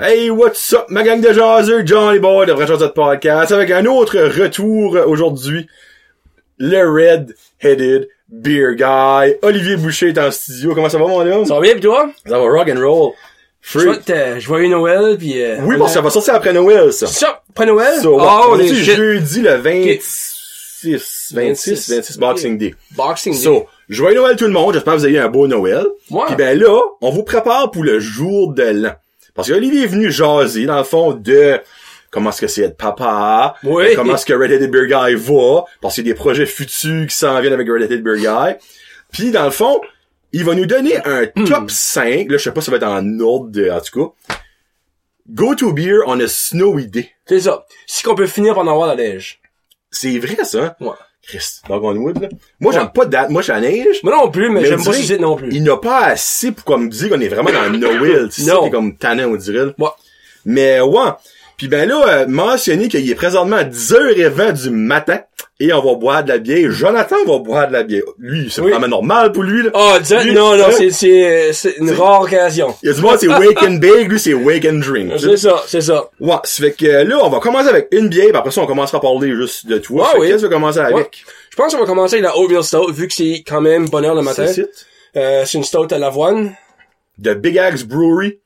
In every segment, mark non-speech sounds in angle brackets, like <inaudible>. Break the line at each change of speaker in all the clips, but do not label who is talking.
Hey, what's up, ma gang de jaseux, Johnny Boy de Vrai Jaseux de Podcast, avec un autre retour aujourd'hui. Le Red-Headed Beer Guy. Olivier Boucher est en studio. Comment ça va, mon homme?
Ça va bien, pis toi?
Ça va rock and roll.
Je vois que joyeux Noël, pis... Euh,
Oui, parce que ça va sortir après Noël, ça.
Ça, après Noël?
So,
oh,
c'est
les shit.
jeudi le 26, 26, 26 Boxing Day.
Boxing Day.
So, joyeux Noël tout le monde, j'espère que vous avez eu un beau Noël.
Ouais.
Puis ben là, on vous prépare pour le jour de l'an. Parce que Olivier est venu jaser, dans le fond, de comment est-ce que c'est être papa,
Oui.
comment est-ce que Red Headed Beer Guy va, parce qu'il y a des projets futurs qui s'en viennent avec Red Headed Beer Guy. Puis dans le fond, il va nous donner un
Hmm.
top 5, là je sais pas si ça va être en ordre, de- en tout cas. Go to beer on a snowy day.
C'est ça. Si qu'on peut finir par en avoir la neige.
C'est vrai ça? hein?
Ouais.
Christ, Dog on wood, là. Moi j'aime
Ouais.
pas de date, moi j'ai la neige.
Moi non plus, mais,
Mais
j'aime
on
pas
dirait,
ce site non plus.
Il n'a pas assez pour comme dire qu'on est vraiment dans le Noël. Tu sais,
Non.
t'es comme tannant, on dirait.
Ouais.
Mais ouais. Puis ben là, euh, mentionner qu'il est présentement à 10h20 du matin et on va boire de la bière. Jonathan va boire de la bière. Lui, c'est
Oui.
vraiment normal pour lui. Là.
Ah, dis-
Lui,
non, non,
hein?
c'est, c'est, c'est une rare occasion.
Il y a du monde, c'est wake and bake, lui c'est wake and drink.
C'est ça, c'est ça.
Ouais, ça fait que euh, là, on va commencer avec une bière, puis après ça, on commencera à parler juste de toi.
Ah
Fait que
oui.
Qu'est-ce que tu veux commencer avec?
Ouais. Je pense qu'on va commencer avec la Oatmeal Stout, vu que c'est quand même bonne heure le matin.
C'est site.
Euh, c'est une stout à l'avoine.
The Big Axe Brewery,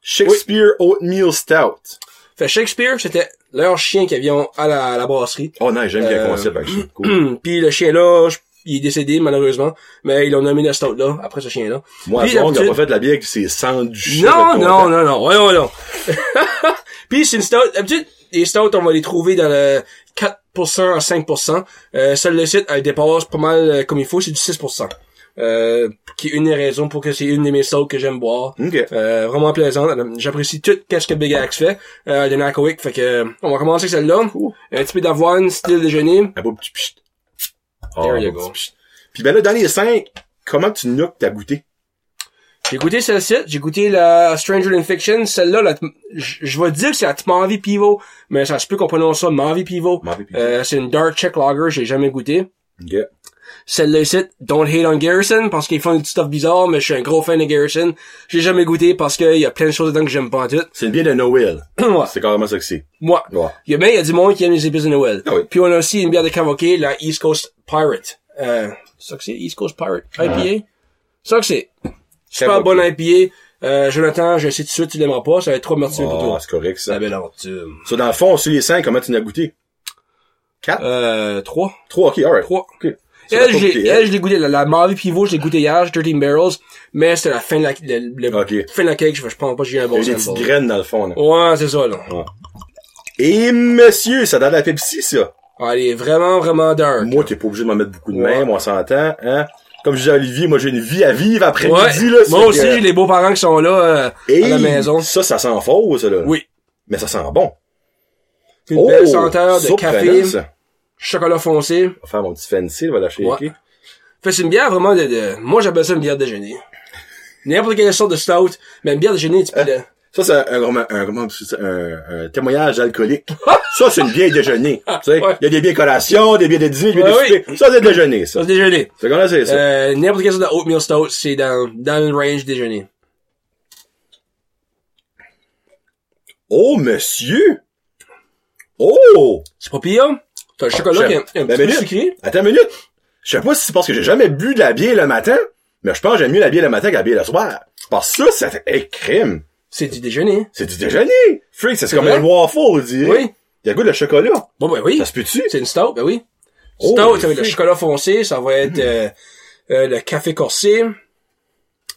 Shakespeare Oatmeal Stout.
Fait Shakespeare, c'était leur chien qu'ils avaient à la, à la brasserie. <clears throat>
Oh non, j'aime bien le
Euh,
concept avec ça. Cool.
Puis le chien-là, je- il est décédé, malheureusement. Mais ils l'ont nommé la stout-là, après ce chien-là.
Moi,
Puis
à on n'a pas
d'habitude-
fait de la bière avec ses sangs du chien.
Non, non, non, non, ouais, ouais, non. <laughs> Puis c'est une stout. D'habitude, les stouts, on va les trouver dans le 4% à 5%. Euh, celle de site, elle dépasse pas mal euh, comme il faut, c'est du 6%. Euh, qui est une des raisons pour que c'est une des mes stouts que j'aime boire.
OK.
Euh, vraiment plaisante. Elle- J'apprécie tout ce que Big Axe fait. Euh, de Narcoic. Fait que, euh, on va commencer avec celle-là. Euh, Un petit peu d'avoine, style déjeuner.
Un beau petit pchit. Ah,
There
un
you
beau
go.
petit pchit. Puis ben là, dans les cinq, comment tu nous que t'as goûté?
J'ai goûté celle-ci, j'ai goûté la Stranger in Fiction, celle-là, la Tm- je je vais dire que c'est la Tmavi Pivo, mais ça se peut qu'on prononce ça Mavi Pivo.
Mavi Pivo.
Euh, c'est une Dark Check Lager, j'ai jamais goûté.
OK.
Celle-là ici, Don't Hate on Garrison, parce qu'ils font du stuff bizarre, mais je suis un gros fan de Garrison. J'ai jamais goûté parce qu'il y a plein de choses dedans que j'aime pas en tout. <clears throat>
C'est une bière de Noël.
Ouais.
C'est carrément ça que c'est. Ah,
Moi.
Ouais.
Il y a, mais il y a du monde qui aime les épices de Noël.
Ah oui.
Puis on a aussi une bière de Cavoquet, la East Coast Pirate. Euh, ça que c'est East Coast Pirate. IPA. Ça que c'est. Super
Ah. Cavoquet.
bonne IPA. Euh, Jonathan, je sais tout de suite, tu l'aimeras pas, ça va être trop meurtrier pour
Oh,
toi.
c'est correct, ça.
La belle aventure.
So, dans le fond, sur les cinq, comment tu nous as goûté? Quatre?
Euh, trois.
Trois, OK, alright.
Trois.
OK. So,
Elle,
t'as
je
pas goûté,
l'ai, elle, je l'ai goûté, la, la Marvy Pivot, je l'ai goûté hier, 13 Barrels, mais c'était la fin de la, le, le-
Ok.
fin de la cake, je, je pense pas que j'ai Oh. eu un
Il y
bon
a des petites
sample.
graines dans le fond, là.
Ouais, c'est ça, là.
Et monsieur, ça donne la Pepsi, ça.
Ah, elle est vraiment, vraiment dark.
Moi, t'es pas obligé de m'en mettre beaucoup de
Ouais.
même, on s'entend, hein. Comme je disais à Olivier, moi, j'ai une vie à vivre
Ouais.
après-midi, là. c'est
Moi aussi,
que-
j'ai les beaux-parents qui sont là, euh,
Et
à la maison.
Ça, ça sent faux, ça, là.
Oui.
Mais ça sent bon.
Une belle senteur de
Oh! surprenant,
café,
ça.
chocolat foncé.
On va faire mon petit fancy, on va lâcher
Ouais. Fait que c'est une bière vraiment de, de- moi j'appelle ça une bière déjeuner. N'importe quelle sorte de stout, mais une bière déjeuner,
Ah.
tu peux le-
Ça, c'est un, un, un, comment on dit ça, un- un témoignage alcoolique. <laughs> ça, c'est une bière déjeuner. Tu sais, il
Ouais.
y a des bières collation, des bières de dîner, des bières
Ouais,
de
oui.
souper. Ça, c'est déjeuner,
ça
ça.
se déjeuner.
C'est qu'on a, c'est ça.
Euh, n'importe quelle sorte de oatmeal stout, c'est dans, dans le range déjeuner.
Oh, monsieur! Oh!
C'est pas pire. T'as le chocolat qui est un, un
Ben,
petit peu
minute.
sucré.
Attends une minute. Je sais pas si c'est parce que j'ai jamais bu de la bière le matin, mais je pense que j'aime mieux la bière le matin que la bière le soir. Parce que ça, ça fait hey, crime.
C'est du déjeuner.
C'est du déjeuner. Freak, c'est comme
vrai?
un waffle, on dirait.
Oui.
Il y a le goût de chocolat.
Bon, ben oui.
Ça se peut-tu?
C'est une stout, ben oui.
Oh,
stout, ça va être le
fait.
chocolat foncé, ça va être, euh, euh, le café corsé.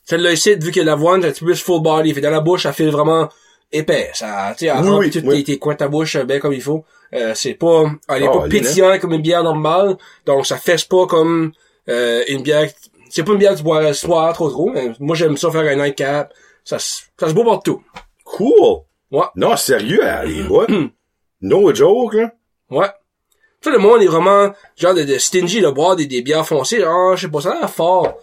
Celle-là ici, vu que l'avoine, c'est un petit peu plus full body. Fait dans la bouche, ça fait vraiment épais. Ça, tu sais, elle
Oui,
rentre
oui,
tous
oui.
tes, tes coins de ta bouche, euh, ben comme il faut. Euh, c'est pas, elle est
Oh,
pas
elle est
pétillante comme une bière normale. Donc, ça fesse pas comme, euh, une bière, c'est pas une bière que tu bois le soir trop trop. mais moi, j'aime ça faire un nightcap. Ça, se- ça se boit partout.
Cool.
Ouais.
Non, sérieux, elle est
Mm.
bonne. no joke, là.
Ouais. Tout le monde est vraiment genre de, de stingy de boire des, des bières foncées. Ah, je sais pas, ça a l'air fort.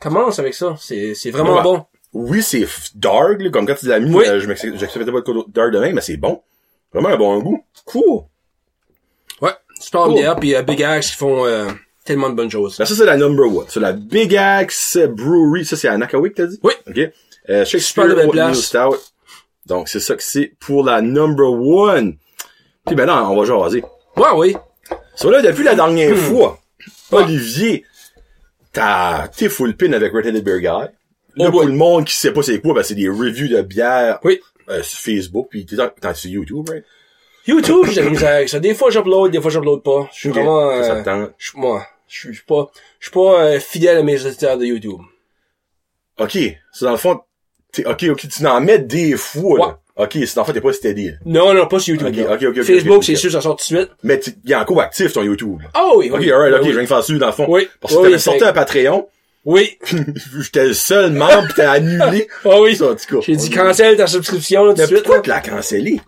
Commence avec ça. C'est, c'est vraiment
Ouais.
bon.
Oui, c'est f- dark, là, comme quand tu l'as mis,
Oui.
euh, je m'ex- j'acceptais pas de côte dark demain, mais c'est bon. Vraiment un bon goût. Cool.
Ouais. Super
Cool.
bière. Puis euh, Big Axe qui font euh, tellement de bonnes choses.
Ben, ça, c'est la number one. C'est la Big Axe Brewery. Ça, c'est à Nakawik, t'as dit?
Oui.
OK. Euh, Shakespeare
Super de belle
Oatmeal
place.
Stout. Donc, c'est ça que c'est pour la number one. Puis maintenant, on va jaser.
Ouais, oui.
Ça là, depuis la
Hmm.
dernière fois, Olivier, t'as, t'es full pin avec Red Headed Beer Guy. Là,
Oh
pour
boy.
le monde qui sait pas c'est quoi, ben, c'est des reviews de bière
Oui.
euh, sur Facebook, puis t'es dans- t'es sur YouTube, right?
YouTube, j'ai de la misère avec ça. Des fois, j'upload, des fois, j'upload pas. Je suis
Ok, ça,
vraiment,
ça
euh,
te tente.
je suis, moi, je suis je suis pas, je suis pas euh, fidèle à mes auditeurs de YouTube.
OK, c'est dans le fond, t'es, OK, OK, tu n'en mets des fois, là. OK, c'est dans le fond, t'es pas steady, là.
Non, non, pas sur YouTube.
Ok,
non.
ok, ok, ok,
Facebook,
ok,
c'est
ok.
sûr, ça sort tout de suite.
Mais t'es- il est encore actif, ton YouTube. là.
Ah oui,
OK,
oui.
alright, OK,
oui.
je viens de faire dessus, dans le fond.
Oui.
Parce que
Oui,
t'avais
c'est-
sorti un Patreon, <laughs>
Oui.
j'étais le seul membre, pis t'as annulé.
Ah oui.
Ça, en tout cas.
J'ai dit cancel ta subscription, là, tout de
Mais
suite.
pourquoi
là.
tu l'as cancellé?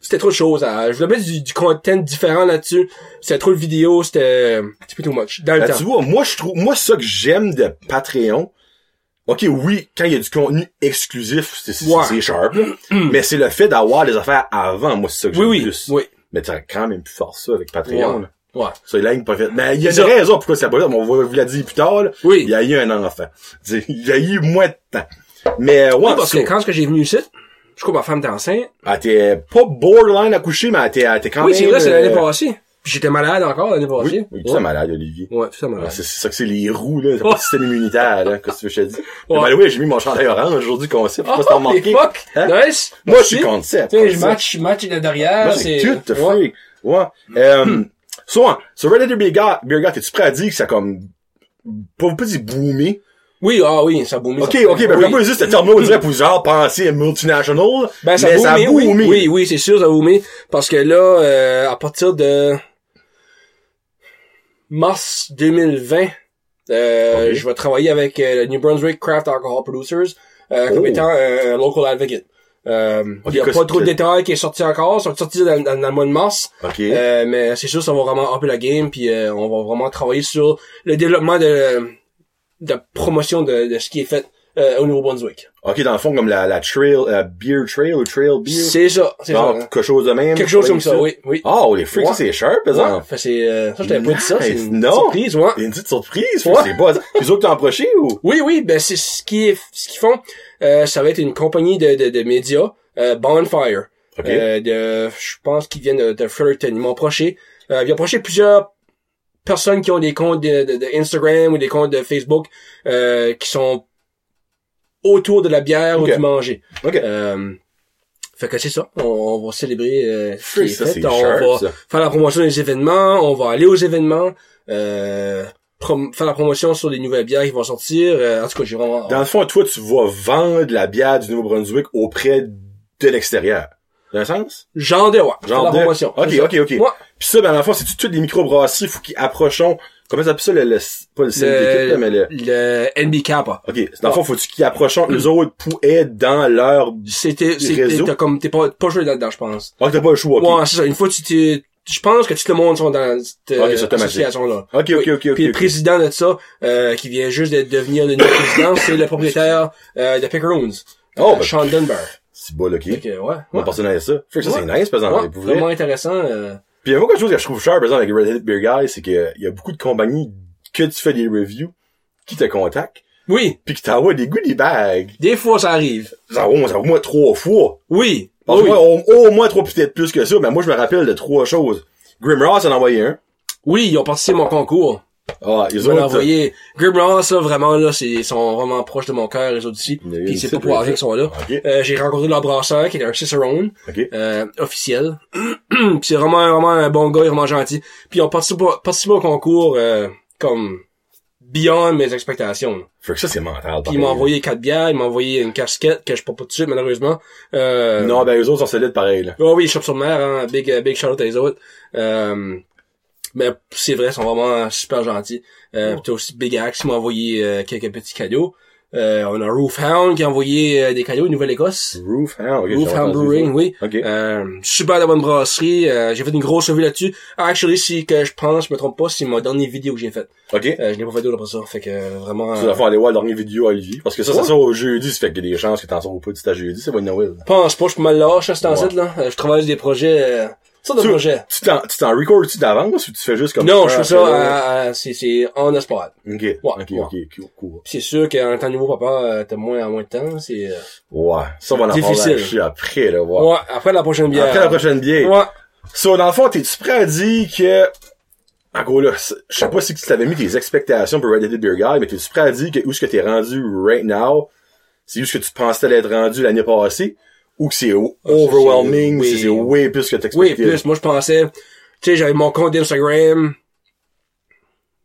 C'était trop de choses. hein. Je voulais mettre du, du content différent là-dessus. C'était trop de vidéos, c'était un petit peu too much. Dans le
Ben,
temps.
tu vois, moi, je trouve, moi, ça que j'aime de Patreon, OK, oui, quand il y a du contenu exclusif, c'est, c'est,
Ouais. Mm.
c'est sharp, là. mais c'est le fait d'avoir des affaires avant, moi, c'est ça que
Oui,
j'aime
oui.
plus.
Oui.
Mais t'as quand même pu faire ça avec Patreon,
Ouais.
là.
Ouais.
Ça, il a une pas fait. Mais il y a
C'est
une
ça.
raison pourquoi ça a pas fait, mais on va vous la dire plus tard, là.
Oui.
Il y a eu un enfant. C'est- Il y a eu moins de temps. Mais, ouais,
Oui, parce
en tout
que
cas,
quand ce que j'ai venu ici, je crois que ma femme était enceinte.
elle était pas borderline accouchée, mais elle était, elle était quand
oui,
même...
c'est vrai, c'est l'année
euh,
passée. Puis j'étais malade encore l'année
Oui,
passée.
oui, tu
ouais.
es malade, Olivier.
ouais, tout ça
Ah,
malade.
C'est c'est ça que c'est les roues, là. C'est pas le système immunitaire, là. Qu'est-ce que tu veux que je te dise?
Ouais.
Mais oui, j'ai mis mon chandail orange aujourd'hui, concept. Je sais pas si t'as
Oh,
remarqué.
les fuck!
Hein?
Nice!
Moi, je suis
Merci.
concept.
Tu sais, je
Concept.
match, je match de derrière.
Moi, c'est tout, t'es
Ouais.
freak. Ouais. Euh, Soit, sur Red Dead Beer Guy, t'es-tu prêt à dire que ça a comme, pas, pas dit boomé?
Oui, ah oui, ça boumé.
Ok,
ça.
ok, ben,
Oui.
je peux juste le terme, on dirait, pour genre, penser multinational.
Ben, ça
mais ça
boomé,
a
oui.
boomé.
Oui, oui, c'est sûr, ça a boomé. Parce que là, euh, à partir de mars 2020, euh,
Ok.
je vais travailler avec euh, le New Brunswick Craft Alcohol Producers euh, comme
Oh.
étant euh, un local advocate. Euh,
Ok,
il y a
qu'est-ce
pas trop de
que-
détails qui est sorti encore, ils sont sortis dans, dans- dans le mois de mars,
Ok.
Euh, mais c'est sûr ça va vraiment hopper la game, puis euh, on va vraiment travailler sur le développement de, de la promotion de, de ce qui est fait euh, au Nouveau-Brunswick.
Ok, dans le fond, comme la, la trail, la beer trail ou trail beer.
C'est ça, c'est ça.
Genre,
hein.
quelque chose de même.
Quelque chose comme ça, oui, oui.
Oh, les freaks,
Ouais.
ça, c'est sharp, par
Ouais,
exemple.
fait c'est, euh, ça, je t'avais pas dit ça, c'est
Nice.
une
Non.
surprise, ouais.
Il y a une petite surprise,
Ouais.
c'est pas. Les autres t'ont approché ou?
Oui, oui, ben, c'est ce qui est, ce qu'ils font, euh, ça va être une compagnie de, de, de médias, euh, Bonfire.
Ok.
Euh, de, je pense qu'ils viennent de, de Fredericton. Ils m'ont approché, euh, ils ont approché plusieurs personnes qui ont des comptes de, de- de Instagram ou des comptes de Facebook, euh, qui sont autour de la bière
Ok.
ou du manger.
ok.
Euh, fait que c'est ça, on, on va célébrer, euh, ce qui
Freak,
est
ça,
fait.
c'est
On
sharp,
va-
ça.
faire la promotion des événements, on va aller aux événements, euh, prom- faire la promotion sur les nouvelles bières qui vont sortir. euh, en tout cas, j'ai vraiment...
Dans le fond, toi, tu vas vendre la bière du Nouveau-Brunswick auprès de l'extérieur. Dans un sens?
Genre de... Ouais, faire la
de-
promotion.
Ok,
C'est
ok, ok.
Ouais.
Puis ça, ben, dans le fond, c'est toutes les microbrasseries, faut qu'ils approchons. Comment ça s'appelle ça, le, le- pas le
ça.
syndicat, là, mais le...
le NB Cap.
Ok, dans le fond, faut qu'ils approchons
Mm.
les autres pour être dans leur...
C'était...
Les réseaux.
T'as comme... T'es pas, pas joué là-dedans, je pense.
Ah, t'as pas le choix, ok.
Ouais, c'est ça. Une fois, tu t'es... Je pense que tout le monde sont dans cette euh,
Ok, c'est automatique.
association-là.
Ok, ok, ok,
Oui.
ok.
Puis le
ok.
président de ça, euh, qui vient juste de devenir le nouveau président, c'est le propriétaire euh, de Pickeroons,
Oh,
euh,
ben,
Sean Dunbar.
c'est bon, ok.
Fait que, ouais,
On
ouais,
va passer dans ça. Fait que ça, c'est
Ouais.
nice, par exemple.
ouais,
pour vrai.
vraiment intéressant. euh,
Puis il y a beaucoup de choses que je trouve cher, par exemple, avec Red Hat Beer Guy, c'est qu'il y a beaucoup de compagnies que tu fais des reviews, qui te contactent,
Oui,
puis qui t'envoient des goodie bags.
des fois ça arrive.
Ça va, ça va au moins trois fois.
Oui.
Parce que
oui.
moi, au, au moins trois, peut-être plus que ça, mais moi, je me rappelle de trois choses. Grim Ross en a envoyé un.
oui, ils ont participé à mon concours.
Ah,
Ils
ils
m'ont
ont
envoyé. Grim Ross, là, vraiment, là, c'est, ils sont vraiment proches de mon cœur, les autres ici.
Il y a eu
Puis
une
c'est
petite
pas pour rien
revue.
qu'ils sont là.
Ok,
Euh, j'ai rencontré leur brasseur, qui est un Cicerone,
ok.
euh, officiel. <clears throat> Puis c'est vraiment, vraiment un bon gars, vraiment gentil. Puis ils ont participé, participé au concours, euh, comme, beyond mes expectations.
Fait que ça, c'est mental.
Puis
pareil. hein.
ils m'ont envoyé quatre bières, ils m'ont envoyé une casquette, que je porte pas tout de suite, malheureusement. Euh,
Non, ben, eux autres sont solides, pareil, là.
Oh oui, Shop sur mer, hein. Big, euh, big shout out à les autres. Euh, mais c'est vrai, ils sont vraiment super gentils.
Oh.
Euh, puis T'as aussi Big Axe qui m'a envoyé euh, quelques petits cadeaux. Euh, on a Roofhound qui a envoyé euh, des cadeaux Nouvelle-Écosse.
Roofhound, ok. j'ai
Roofhound
entendu
Brewing,
ça.
oui.
Ok.
Euh, super de bonne brasserie. Euh, j'ai fait une grosse revue là-dessus. Actually, si que je pense, je me trompe pas, c'est ma dernière vidéo que j'ai faite.
Ok.
Euh, je n'ai pas fait d'autres après ça. Fait que euh, vraiment.
Tu
euh,
vas faire aller voir la dernière vidéo à Olivier. Parce que ça, ça
Ouais.
sort au jeudi, ça fait qu'il y a des chances que t'en sors pas du stage jeudi, c'est bon Noël.
pense pas, je suis mal lâche à cet
Ouais.
ancêtre, là. Euh, Je travaille sur des projets euh, Ça, de
Tu-
projet.
Tu t'en, tu t'en recordes-tu d'avance ou tu fais juste comme
Non,
Ah,
je fais ça, euh, à- à- c'est, c'est en espoir.
Ok, ok, ok, cool, cool.
Puis c'est sûr qu'en étant nouveau papa, euh, t'as moins, moins de temps, c'est, euh,
Ouais. Ça, on va en
Difficile.
parler après, là, ouais.
ouais, après la prochaine bière.
Après la prochaine bière.
Ouais.
So, dans le fond, t'es-tu prêt à dire que... En gros, là, c'est- je sais pas si tu t'avais mis tes expectations pour Red Dead Beer Guy, mais t'es-tu prêt à dire que où est-ce que t'es rendu right now, c'est où ce que tu pensais l'être rendu l'année passée, ou que c'est o-
Ah, c'est-
overwhelming,
c'est-
c'est c'est way plus que
Oui,
t'expectais?
plus, moi, je pensais, tu sais, j'avais mon compte Instagram.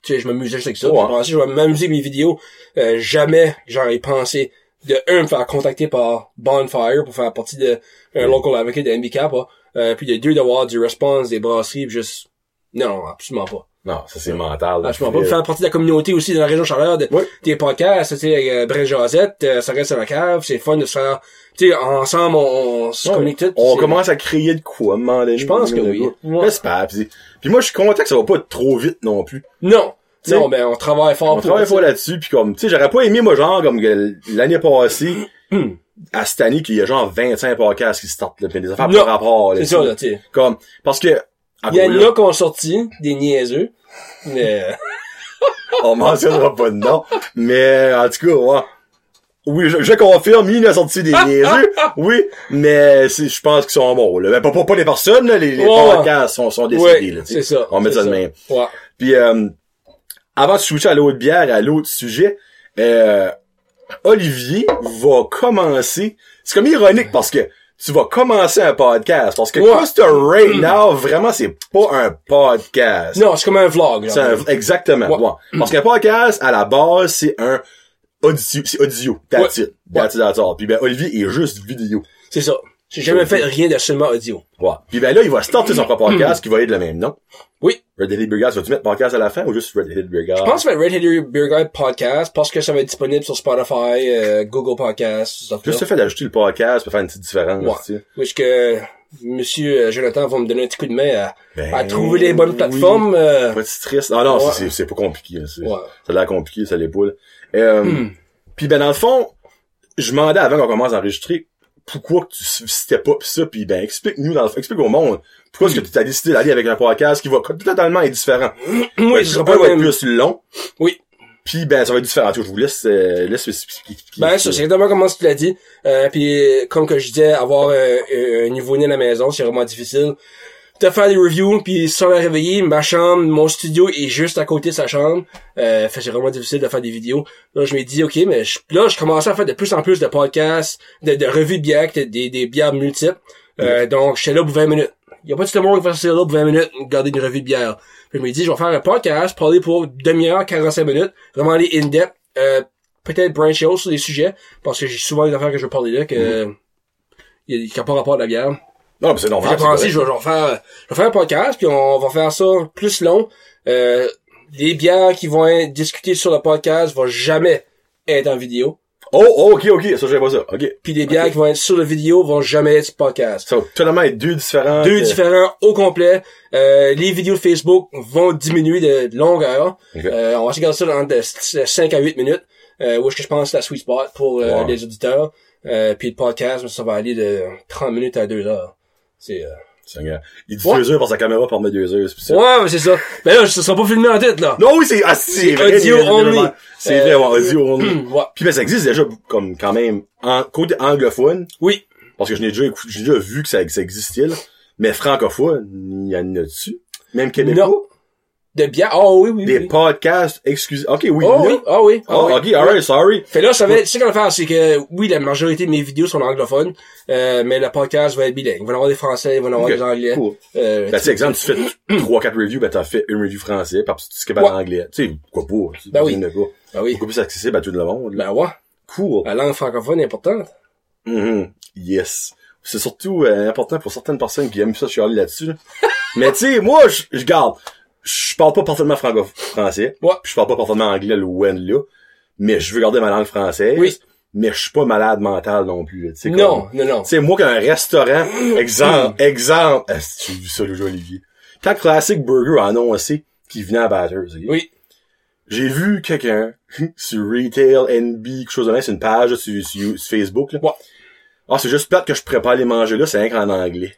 Tu sais, je m'amusais juste avec ça.
Ouais.
Je pensais, je vais m'amuser avec mes vidéos. Euh, jamais j'aurais pensé de un me faire contacter par Bonfire pour faire partie de un local advocate de MBK, hein. Euh, puis de deux d'avoir du response des brasseries, puis juste non, non, absolument pas.
Non, ça c'est mental. là,
Absolument
je
Bah, pas. Puis
dirais.
faire partie de la communauté aussi de la région Chaleur, de,
Oui.
des podcasts, tu sais, euh, Brel Josette, euh, ça reste à la cave, c'est fun de se faire, tu sais, ensemble, on, on se
Ouais.
connecte.
On
c'est-
commence à créer de quoi, à euh, un moment donné.
Je pense que
de
oui.
quoi.
Ouais.
J'espère. Puis, puis moi, je suis content que ça va pas être trop vite non plus.
Non!
Tu sais,
non, ben, on travaille fort
On travaille pas là-dessus, puis comme, tu sais, j'aurais pas aimé, moi, genre, comme que l'année passée,
Hmm.
à cette année, qu'il y a genre 25 podcasts qui sortent, là, pis des affaires
Non.
par rapport, là,
C'est
tu
ça,
sais.
là, tu sais.
Comme, parce que, à
Il y
gros,
en
là,
a qui ont sorti, des niaiseux, mais euh,
on mentionnera pas de nom, mais, en tout cas, ouais. Oui, je, je confirme, il a sorti des
<laughs>
niaiseux, oui, mais c'est- je pense qu'ils sont morts, là. Ben, pas, pas, pas les personnes, là, les, les
Ouais.
podcasts sont, sont <laughs> décédés,
ouais,
là, tu sais.
c'est ça.
On met
c'est
ça de même.
Ouais.
Puis euh, avant de switcher à l'autre bière, à l'autre sujet, euh, Olivier va commencer. C'est comme ironique parce que tu vas commencer un podcast. Parce que
Ouais.
Costa Right Now, vraiment, c'est pas un podcast.
Non, c'est comme un vlog,
C'est
genre.
un- exactement.
Ouais.
ouais. Parce qu'un podcast, à la base, c'est un audio. C'est audio. That's it. That's it, that's all. Puis ben, Olivier est juste vidéo.
C'est ça. J'ai jamais fait rien de seulement audio.
Ouais. Puis ben là, il va starter son
<clears throat>
propre podcast qui va être le même nom.
Oui.
Red Dead Beer Guys. Vas-tu mettre podcast à la fin ou juste Red Dead Beer Guys?
Je pense que Red Header Beer Guide Podcast, parce que ça va être disponible sur Spotify, euh, Google Podcast, tout ça.
Juste le fait d'ajouter le podcast peut faire une petite différence.
Ouais.
tu sais.
Parce que Monsieur euh, Jonathan va me donner un petit coup de main à,
Ben,
à trouver les bonnes
oui.
plateformes. euh,
Pas de stress. Ah non,
Ouais.
c'est- c'est c'est pas compliqué. là, c'est-
Ouais. <clears throat> Hmm.
Ça a l'air compliqué, ça l'est pas. là. Euh, Puis ben dans le fond, je demandais avant qu'on commence à enregistrer pourquoi que tu citais pas pis ça, puis ben explique-nous, dans le- explique au monde pourquoi est-ce que tu as décidé d'aller avec un podcast qui va totalement être différent.
Oui,
Ben,
ce
le
sera
un
pas
va être
même-
plus long.
Oui.
Puis ben ça va être différent. En tout cas, Je vous laisse, euh, laisse expliquer.
Ben, ça, c'est exactement comme tu l'as dit. Euh, puis, euh, comme que je disais, avoir euh, euh, un nouveau-né à la maison, c'est vraiment difficile. De faire des reviews, puis sans la réveiller, ma chambre, mon studio est juste à côté de sa chambre. Euh, fait que c'est vraiment difficile de faire des vidéos. Là, je me dis, OK, mais je- là, je commençais à faire de plus en plus de podcasts, de, de revues de bières, que des, des bières multiples. Euh, Donc, j'étais là pour 20 minutes. Il y a pas tout le monde qui va rester là pour 20 minutes, garder une revue de bière. Puis, je me dis, je vais faire un podcast, parler pour demi-heure, 45 minutes, vraiment aller in-depth. Euh, peut-être brancher out sur des sujets, parce que j'ai souvent des affaires que je veux parler là, que, il y a- qui n'ont pas rapport à la bière.
Non, mais c'est
J'ai
normal. c'est
pensé,
correct.
je vais, je vais faire, je vais faire un podcast, puis on va faire ça plus long. Euh, les bières qui vont être discutées sur le podcast vont jamais être en vidéo.
Oh, oh, ok, ok, ça j'avais pas ça. Ok.
Puis les bières qui vont être sur le vidéo vont jamais être sur le podcast.
Ça va totalement être deux différents.
Deux
euh,
différents au complet. Euh, les vidéos Facebook vont diminuer de de longueur.
Ok.
Euh, on va se garder ça dans de 5 à 8 minutes. Euh, où est-ce que je pense que c'est la sweet spot pour euh,
Ouais.
les auditeurs. Euh, puis le podcast, ça va aller de 30 minutes à 2 heures. C'est, euh,
Seigneur. Il dit
Ouais.
deux heures par sa caméra pour mettre deux heures. c'est pour ça.
Ouais, mais c'est ça. Mais là, ça sera pas filmé en tête, là. <clears throat>
Non, oui, c'est, ah, c'est
C'est audio
il y a- il y a-
only.
C'est
Euh,
vrai, ouais, audio only.
Ouais.
Puis ben, ça existe déjà, comme, quand même, en, côté anglophone,
Oui.
parce que je n'ai déjà écouté, j'ai déjà vu que ça, que ça existait, là. Mais francophone, il y en a-tu? Même québécois?
Non. De bien. Ah oui, oui,
Des
oui.
podcasts excusez, ok, oui, là.
Oh oui, ah oui. ah
Oh,
oui.
ok, alright, sorry.
Fait là, ça va être, tu sais qu'on va faire, c'est que, oui, la majorité de mes vidéos sont anglophones, euh, mais le podcast va être bilingue. Il va y avoir des français, il va y avoir
Ok,
des anglais.
cool.
Euh,
Ben, tu sais, exemple, tu fais trois, quatre reviews, ben, t'as fait une review français, puis après, tu skippes à
Ouais.
l'anglais. Tu sais, quoi pas? tu-
Ben
tu
oui.
viens de quoi.
ben oui.
Beaucoup plus accessible à tout le monde, là.
Ben ouais.
Cool.
La langue francophone est importante.
Mhm. Yes. C'est surtout euh, important pour certaines personnes qui aiment ça chialer là-dessus. là.
<laughs>
Mais tu sais, moi, je je garde. Je parle pas parfaitement franco français.
Ouais.
Puis Je parle pas parfaitement anglais, le when là. Mais je veux garder ma langue française.
Oui.
Mais je suis pas malade mental non plus. là, tu sais, comme-
Non, non, non.
Tu sais, moi, qu'un
<laughs>
restaurant, exemple, exemple, est-ce que tu as vu ça, le Olivier? Quand Classic Burger a annoncé qu'il venait à Batters, ok?
Oui.
j'ai vu quelqu'un <laughs> sur Retail NB, quelque chose de même, c'est une page là, sur, sur- sur Facebook. Là.
Ouais.
Ah, c'est juste plate que je prépare les manger là, c'est rien qu'en anglais.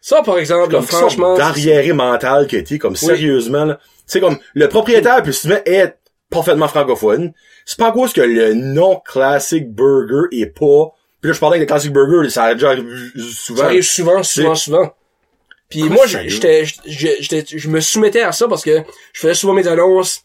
Ça, par exemple,
Comme
franchement.
franchement. D'arriéré mental que t'es, comme sérieusement, là. C'est comme, le propriétaire peut souvent être parfaitement francophone. C'est pas à cause que le nom classic burger est pas, puis là, je parlais avec le classic burger, ça a déjà arrivé souvent.
Ça arrive souvent, souvent, souvent. Puis
Comment
moi,
ça
je- j'étais, j'étais- j'étais- je me soumettais à ça parce que je faisais souvent mes annonces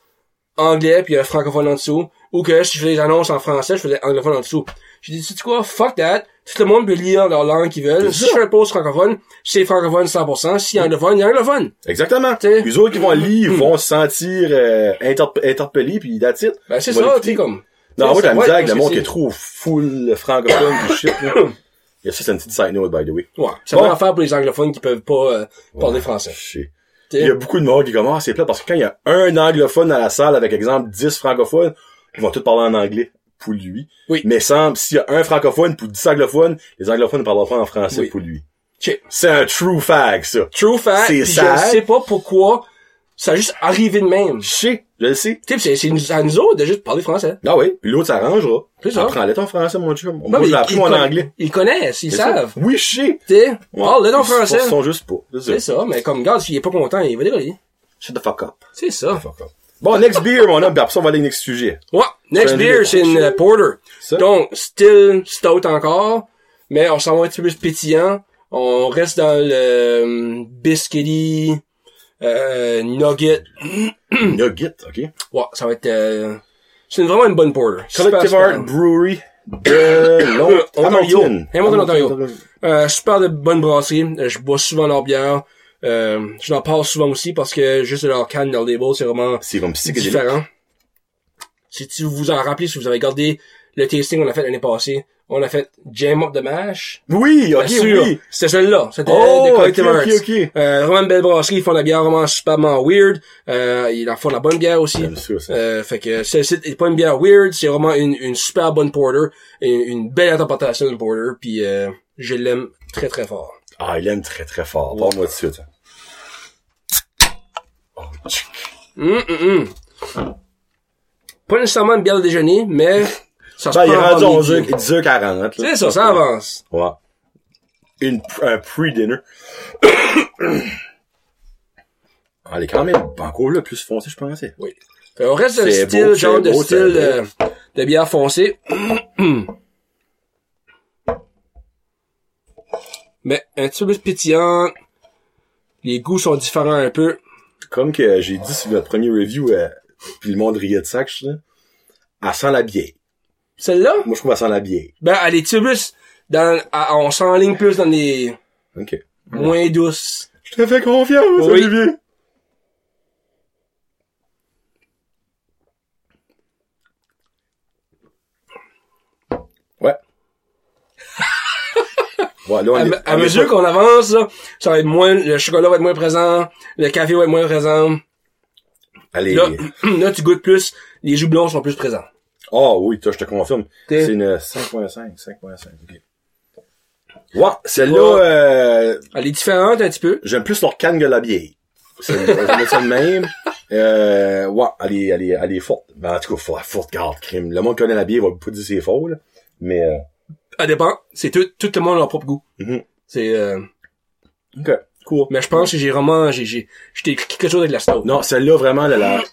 anglais puis euh, francophone en dessous. Ou que si je faisais des annonces en français, je faisais anglophone en dessous. J'ai dit, tu sais quoi, fuck that. Tout le monde peut lire leur langue qu'ils veulent.
C'est
Si
ça.
je fais un post francophone, c'est francophone 100%. Si anglophone, il y a anglophone.
Exactement.
T'sais.
Les autres qui vont
Hmm.
lire vont se sentir euh, interp- interpellés puis that's it.
Ben, c'est
On va
ça,
l'écouter.
t'es comme.
Non,
t'sais,
moi j'ai
ça-
la
ouais,
misère avec le
parce
monde
que
qui est
c'est-
trop full francophone du shit. <coughs> Là. Et ça c'est une petite side note by the way.
Ouais. C'est
Bon.
bon. affaire pour les anglophones qui peuvent pas euh, parler français.
Chier.
T'sais.
Il y a beaucoup de monde qui commence, c'est plat parce que quand il y a un anglophone dans la salle avec exemple 10 francophones, ils vont tous parler en anglais pour lui.
Oui.
Mais semble s'il y a un francophone pour 10 anglophones, les anglophones ne parleront pas en français
Oui.
pour lui.
Chier.
C'est un true fact ça.
True fact.
C'est
puis
sad.
Je sais pas pourquoi. Ça a juste arrivé de même.
Chier, je le sais.
Tu sais, c'est- c'est nous- à nous autres de juste parler français.
Ah oui, puis l'autre s'arrangera.
C'est ça.
Apprends-le ton français, mon chum.
Non,
Moi,
mais
j'ai
ils-
appris
ils
mon
con-
anglais.
Ils connaissent, ils
C'est ça.
savent.
Oui, chier.
Tu sais, parle-le donc
Ils se-
français.
Ils sont juste pas.
C'est
C'est ça.
ça, mais comme, regarde, s'il est pas content, il va dégoler.
Shut the fuck up.
C'est ça.
Fuck up. Bon, next beer, mon homme, puis après ça, on va aller au next sujet.
Ouais, next
Friendly
beer, c'est une
Porter.
euh, porter.
Ça.
Donc, still stout encore, mais on s'en va un petit peu plus pétillant. On reste dans le euh, biscuity, euh, nugget.
Nugget, ok.
Ouais, ça va être... euh, c'est une- vraiment une bonne porter. Super
Collective Art
super,
Brewery de Lon-
Ontario.
Hamilton.
Hamilton, Ontario. euh, super de bonne brasserie. Euh, Je bois souvent leur bière. Euh, je leur parle souvent aussi parce que juste de leur canne, leur label, c'est vraiment
C'est comme psychédélique.
différent. Si tu vous en rappelez, si vous avez regardé le tasting qu'on a fait l'année passée, on a fait Jam Up the Mash.
Oui, ok,
Bien sûr,
oui.
C'était celle-là. C'était
Oh,
de
ok,
Collective
ok,
Arts.
ok.
Euh, vraiment une belle brasserie, ils font de la bière vraiment superment weird. Euh, ils en font de la bonne bière aussi.
J'aime ça, ça.
Euh, fait que celle-ci n'est pas une bière weird, c'est vraiment une, une super bonne porter, et une belle interprétation d'une porter, puis euh, je l'aime très très fort.
Ah, il aime très très fort. Parle-moi de suite. hein.
Oh, Hum, hum, hum. Pas nécessairement une bière de déjeuner,
<laughs>
mais ça se
Ben, il est
prend
rendu
avant
11
midi.
10h40.
C'est ça, ça avance.
Ouais. Une, pr- un pre-dinner. <coughs> Ah, Elle est quand même encore là, plus foncée, je pensais.
Fait, on reste dans le
C'est
style,
beau,
genre
c'est
de
beau,
style
c'est
euh, de bière foncée. <clears throat> Mais un petit peu plus pétillant. Les goûts sont différents un peu.
Comme que euh, j'ai dit sur notre premier review, euh, puis le monde riait de ça, que je sais, elle sent la bière.
Celle-là,
Moi, je trouve qu'elle sent la bière.
ben, elle est un petit peu plus dans, à- on s'enligne plus dans les
OK.
moins douces.
Je te fais confiance,
Oui.
Olivier. Ouais. ouais, là, on
À,
est-
me- à
on est
mesure
pas-
qu'on avance, là, ça va être moins, le chocolat va être moins présent, le café va être moins présent.
Allez.
Là, <clears throat> là, tu goûtes plus, les doublons sont plus présents.
Ah oui, toi, je te confirme.
T'es-
C'est une euh, 5.5, 5.5. ok. Ouais, celle-là,
Ouais.
euh,
Elle est différente Ah, un petit peu.
j'aime plus leur canne que la bière. C'est je vais mettre ça de même. Euh, ouais, elle est, elle est, elle est forte. Ben, en tout cas, faut- forte garde, crime. Le monde connaît la bière, va pas dire c'est faux, là. Mais, euh,
Ça dépend. C'est tout, tout le monde a leur propre goût.
Mhm.
C'est, euh,
ok, cool.
mais je pense que j'ai vraiment, j'ai, j'ai, j'étais quelque chose avec la stout.
Non, celle-là, vraiment, la, la,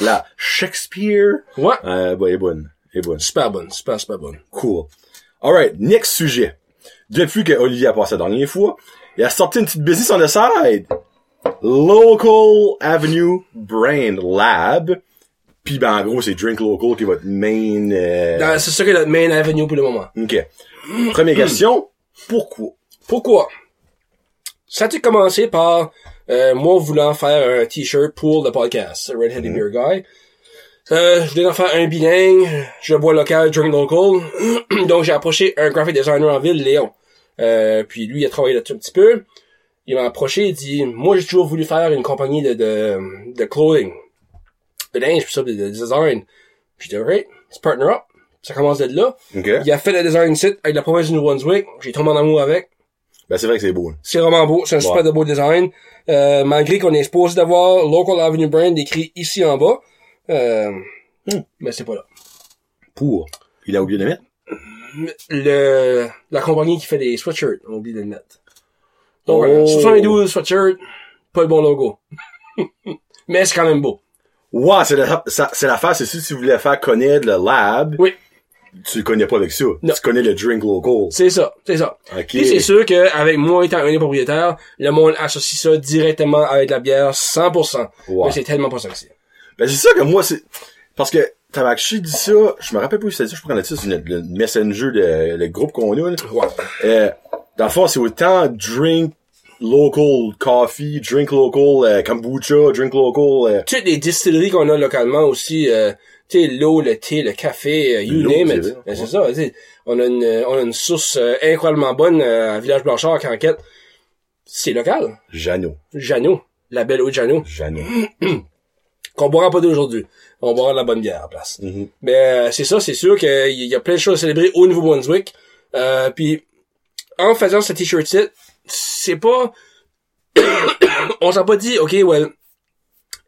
la Shakespeare,
Ouais.
euh, bah, elle est bonne. Elle est bonne.
Super bonne, super, super bonne.
Cool. Alright, next sujet. Depuis que Olivier a passé la dernière fois, il a sorti une petite business on the side. Local Avenue Brand Lab. Puis ben en gros, c'est Drink Local qui est votre main... euh,
Dans- C'est ça que notre main avenue pour le moment.
Ok. Première question, pourquoi?
Pourquoi? Ça a commencé par euh, moi voulant faire un t-shirt pour le podcast, Red Headed Beer Guy. Euh, je voulais en faire un bilingue, je bois local, drink local. <clears throat> Donc j'ai approché un graphic designer en ville, Léon. Euh, puis lui, il a travaillé là-dessus un petit peu. Il m'a approché, il dit, moi j'ai toujours voulu faire une compagnie de, de, de clothing, de linge, puis ça, de, de design. Puis j'ai dit, alright, let's partner up. Ça commence de là.
Ok.
Il a fait le design site avec la province du New-Brunswick. J'ai tombé en amour avec.
Ben c'est vrai que c'est beau. hein.
C'est vraiment beau. C'est un super
Ouais.
de beau design. Euh, malgré qu'on est supposé d'avoir Local Avenue Brand écrit ici en bas. Euh,
Hmm.
Mais c'est pas là.
Pour. Il a oublié de mettre.
Le, la compagnie qui fait des sweatshirts, on oublie de le mettre. Donc,
Oh.
voilà. 72 sweatshirt, pas le bon logo. <laughs> Mais c'est quand même beau.
Ouais, c'est la, ça- c'est l'affaire, c'est si tu voulais faire connaître le lab,
Oui.
tu le connais pas avec ça.
Non.
Tu connais le drink local.
C'est ça, c'est ça.
Ok.
Puis c'est sûr qu'avec moi étant un des propriétaires, le monde associe ça directement avec la bière 100%.
Wow.
Mais c'est tellement pas ça que c'est.
Ben, c'est ça que moi, c'est, parce que Tabachi dit ça, je me rappelle pas où c'était ça, je prends ça sur notre- le messenger de, le groupe qu'on a, là.
Ouais.
Euh, dans le fond, c'est autant drink local coffee, drink local euh, kombucha, drink local, euh,
Tu sais, les distilleries qu'on a localement aussi, euh, tu sais, l'eau, le thé, le café, euh, you
L'eau,
name
c'est
it.
vrai.
Ben, c'est ça, tu sais, on a une, euh, on a une source euh, incroyablement bonne euh, à Village Blanchard, à Canquette. C'est local.
Jano.
Jano. La belle eau de Jano.
Jano.
Qu'on boira pas d'aujourd'hui. On boira de la bonne bière à la place.
Mhm.
Mais euh, c'est ça, c'est sûr qu'il y a plein de choses à célébrer au Nouveau-Brunswick. Euh, puis en faisant ce t-shirt set, c'est pas <coughs> on s'est pas dit OK, well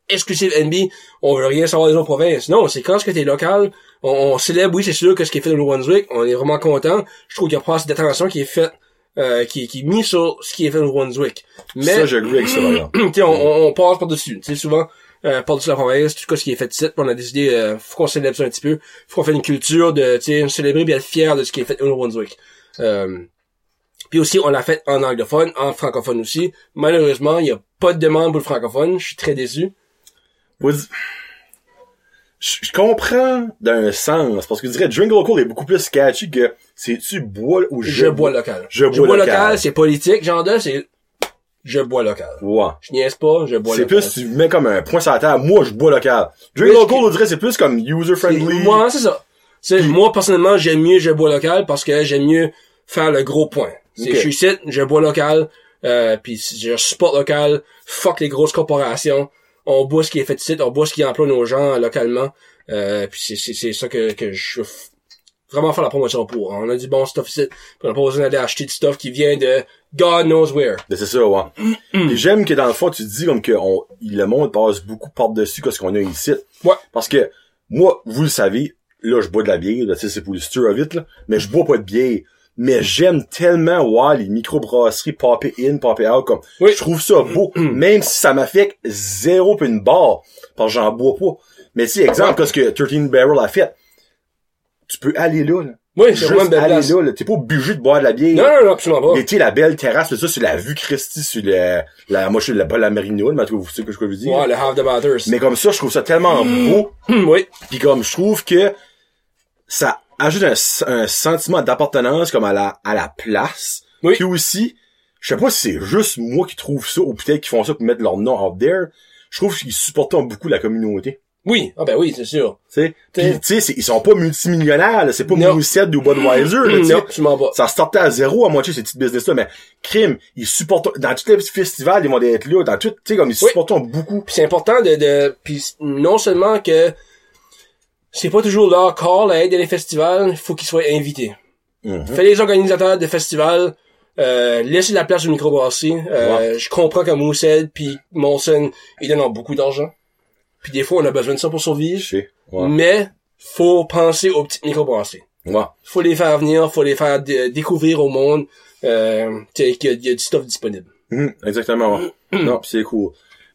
exclusive NB, on veut rien savoir des autres provinces. Non, c'est quand ce que t'es local, on, on célèbre, oui, c'est sûr que ce qui est fait au Nouveau-Brunswick, on est vraiment content. Je trouve qu'il y a pas assez d'attention qui est faite, euh, qui, qui est mise sur ce qui est fait au Nouveau-Brunswick. Mais
Ça, j'agree avec ça, par exemple.
tu sais, on, on- on passe par-dessus. Tu sais, souvent, euh, par-dessus la province, tout cas, ce qui est fait ici, puis on a décidé, euh, faut qu'on célèbre ça un petit peu. Faut qu'on fasse une culture de, tu sais, célébrer et être fier de ce qui est fait au Nouveau-Brunswick. Euh, puis aussi, on l'a fait en anglophone, en francophone aussi. Malheureusement, il n'y a pas de demande pour le francophone. Je suis très déçu.
Vous- Je je comprends d'un sens, parce que je dirais drink local est beaucoup plus catchy que c'est tu bois ou
Je, bois local.
je bois local.
c'est politique. Genre de, c'est je bois local.
Ouais.
Je niaise pas, je bois
C'est
local.
plus, tu mets comme un point sur la table. Moi, je bois local. Drink
Mais
local,
je-
on dirait, c'est plus comme user-friendly.
Moi, c'est ça. C'est- moi, personnellement, j'aime mieux je bois local parce que j'aime mieux faire le gros point. C'est,
Ok.
Je suis ici, je bois local, euh, puis je supporte local, fuck les grosses corporations, on boit ce qui est fait ici, on boit ce qui emploie nos gens euh, localement, euh, puis c'est, c'est, c'est ça que, que je veux f- vraiment faire la promotion pour. On a du bon stuff ici, puis on n'a pas besoin d'aller acheter du stuff qui vient de God knows where.
Mais c'est ça, ouais. Et j'aime que dans le fond, tu dis comme que on, le monde passe beaucoup par-dessus que ce qu'on a ici.
Ouais.
Parce que, moi, vous le savez, là, je bois de la bière, là, tu sais, c'est pour le stir of it, là, mais je bois pas de bière. Mais j'aime tellement, ouais, les microbrasseries popper in, popper out, comme,
Oui.
je trouve ça beau, même si ça m'affecte zéro pis une barre, parce que j'en bois pas. Mais tu sais, exemple, qu'est-ce que 13 Barrel a fait, tu peux aller là, là.
Oui, c'est
Juste
vraiment une belle
aller
place.
là, là. T'es pas obligé de boire de la bière.
Non, non, non, absolument pas.
Mais tu sais, la belle terrasse, tout ça, sur la vue Christie, sur le, la, moi, je suis la, pas la Marino, mais en tout cas, vous savez ce que je veux dire.
Ouais, Mm. le Half the Bathers.
Mais comme ça, je trouve ça tellement beau,
<laughs> oui.
puis comme je trouve que ça ajoute un, s- un sentiment d'appartenance comme à la, à la place.
Oui.
Puis aussi, je sais pas si c'est juste moi qui trouve ça, ou peut-être qu'ils font ça pour mettre leur nom out there. Je trouve qu'ils supportent beaucoup la communauté.
Oui. Ah ben oui, c'est sûr.
Tu sais, Puis, tu sais, c'est- ils sont pas multimillionnaires, là. c'est pas
Non.
Moosehead ou Budweiser, là, tu sais.
Non, absolument pas.
Ça startait à zéro à moitié ces petites business-là, mais crime, ils supportent, dans tous les petits festivals, ils vont être là, dans tout, tu sais, comme ils
Oui.
supportent beaucoup.
Puis c'est important de, de puis non seulement que c'est pas toujours leur call à aider les festivals, il faut qu'ils soient invités.
Mhm.
Fais les organisateurs de festivals euh, laissez la place au microbrasserie. Euh, Je comprends que Moosehead puis Monson, ils donnent beaucoup d'argent. Puis des fois, on a besoin de ça pour survivre.
sais. Ouais.
Mais faut penser aux petites microbrasseries.
Ouais.
Faut les faire venir, faut les faire dé- découvrir au monde euh, tu sais, qu'il y, a- il y a du stuff disponible.
Mhm, Exactement. ouais.
Mm-hmm.
non, pis c'est cool.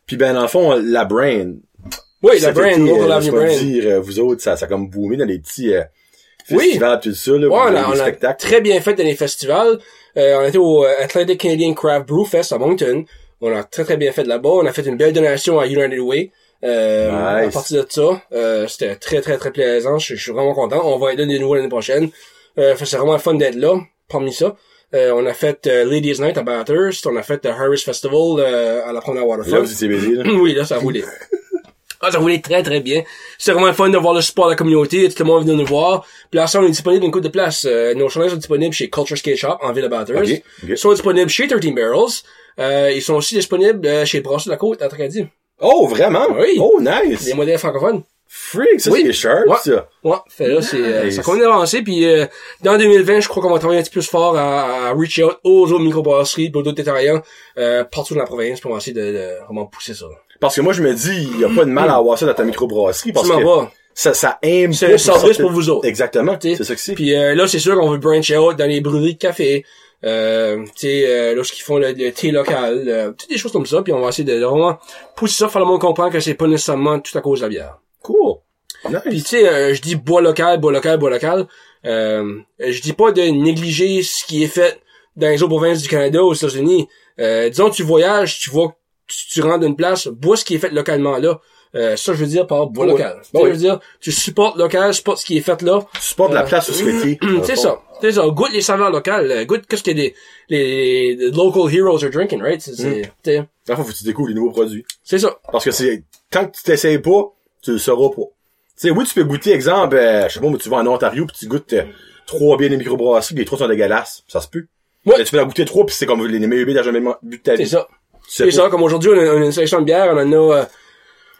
Puis ben, dans le fond, la brand.
Oui, la
Cet
brand,
été,
Local
euh,
Avenue
laisse-moi
brand.
dire, euh, vous autres, ça, ça a comme boomé dans les petits euh,
Oui.
festivals, tout ça, là,
Ouais,
vous
on
avez
a,
des
on a
spectacles.
très bien fait dans les festivals. Euh, on était au euh, Atlantic Canadian Craft Brew Fest à Moncton. On a très très bien fait là-bas. On a fait une belle donation à United Way. Euh,
Nice.
À partir de ça, euh, c'était très très très plaisant. Je, je suis vraiment content. On va être là de nouveau l'année prochaine. Euh, fait, c'est vraiment le fun d'être là. Parmi ça, euh, on a fait euh, Ladies Night à Bathurst. On a fait le Harris Festival euh, à la promenade
Là,
Waterford.
vous étiez baisé, là.
<laughs> Oui, là, ça a roulé. Ah, ça roulait très très bien. C'est vraiment le fun de voir le support de la communauté, tout le monde vient nous voir. Puis là, ça, on est disponible d'une coupe de place. Euh, nos chandelles sont disponibles chez Culture Skate Shop en Ville Batters.
Ok, ok.
Ils sont disponibles chez 13 Barrels. Euh, ils sont aussi disponibles euh, chez Brasserie de la Côte à Tracadie.
Oh, vraiment?
Oui.
Oh, nice.
Les modèles francophones.
Freak, ça,
Oui.
c'est sharp,
Ouais.
ça.
Ouais, fait là, c'est, euh,
Nice.
ça continue d'avancer, puis euh, dans 2020, je crois qu'on va travailler un petit peu plus fort à, à reach out aux autres microbrasseries, puis aux autres détaillants, euh, partout dans la province, pour essayer de, de vraiment pousser ça.
Parce que moi, je me dis, il y a pas de
Mm-hmm.
mal à avoir ça dans ta microbrasserie, parce
Tu m'en
que
vas.
ça, ça aime
C'est
pas
un service
sortir-
pour vous autres.
Exactement.
T'sais.
C'est ça que c'est.
Puis euh, là, c'est sûr qu'on veut branch out dans les brûleries de café. euh, tu sais, euh, lorsqu'ils font le, le thé local, euh, toutes des choses comme ça, puis on va essayer de vraiment pousser ça, faire le monde comprendre que c'est pas nécessairement tout à cause de la bière.
Cool.
Puis
Nice.
tu sais, euh, je dis bois local, bois local, bois local. Euh, je dis pas de négliger ce qui est fait dans les autres provinces du Canada aux États-Unis. Euh, disons tu voyages, tu vois, tu, tu rentres d'une place, bois ce qui est fait localement là. Euh, ça je veux dire par bois
Ouais.
local.
Ouais.
Ça, je veux dire, tu supportes local, supportes ce qui est fait là.
Tu supportes la
Euh,
place où ce que t'es. dans le
C'est
fond.
ça, c'est ça. Goûte les saveurs locales, euh, goûte qu'est-ce que les, les, les local heroes are drinking, right? C'est c'est-
Hmm.
t'sais,
Dans le fond, faut que tu découvres les nouveaux produits.
c'est ça.
Parce que c'est, tant que tu t'essayes pas, tu le sauras pas. Tu sais, oui, tu peux goûter, exemple, euh, je sais pas, mais tu vas en Ontario pis tu goûtes euh, trois bières des microbrasseries pis les trois sont dégueulasses. Ça se peut.
Ouais.
Mais tu peux en goûter trois pis c'est comme les meilleurs bières que t'as jamais bu de ta
C'est
vie.
ça.
Tu sais
C'est
pas.
ça. Comme aujourd'hui, on a on a une sélection de bières, on en a euh,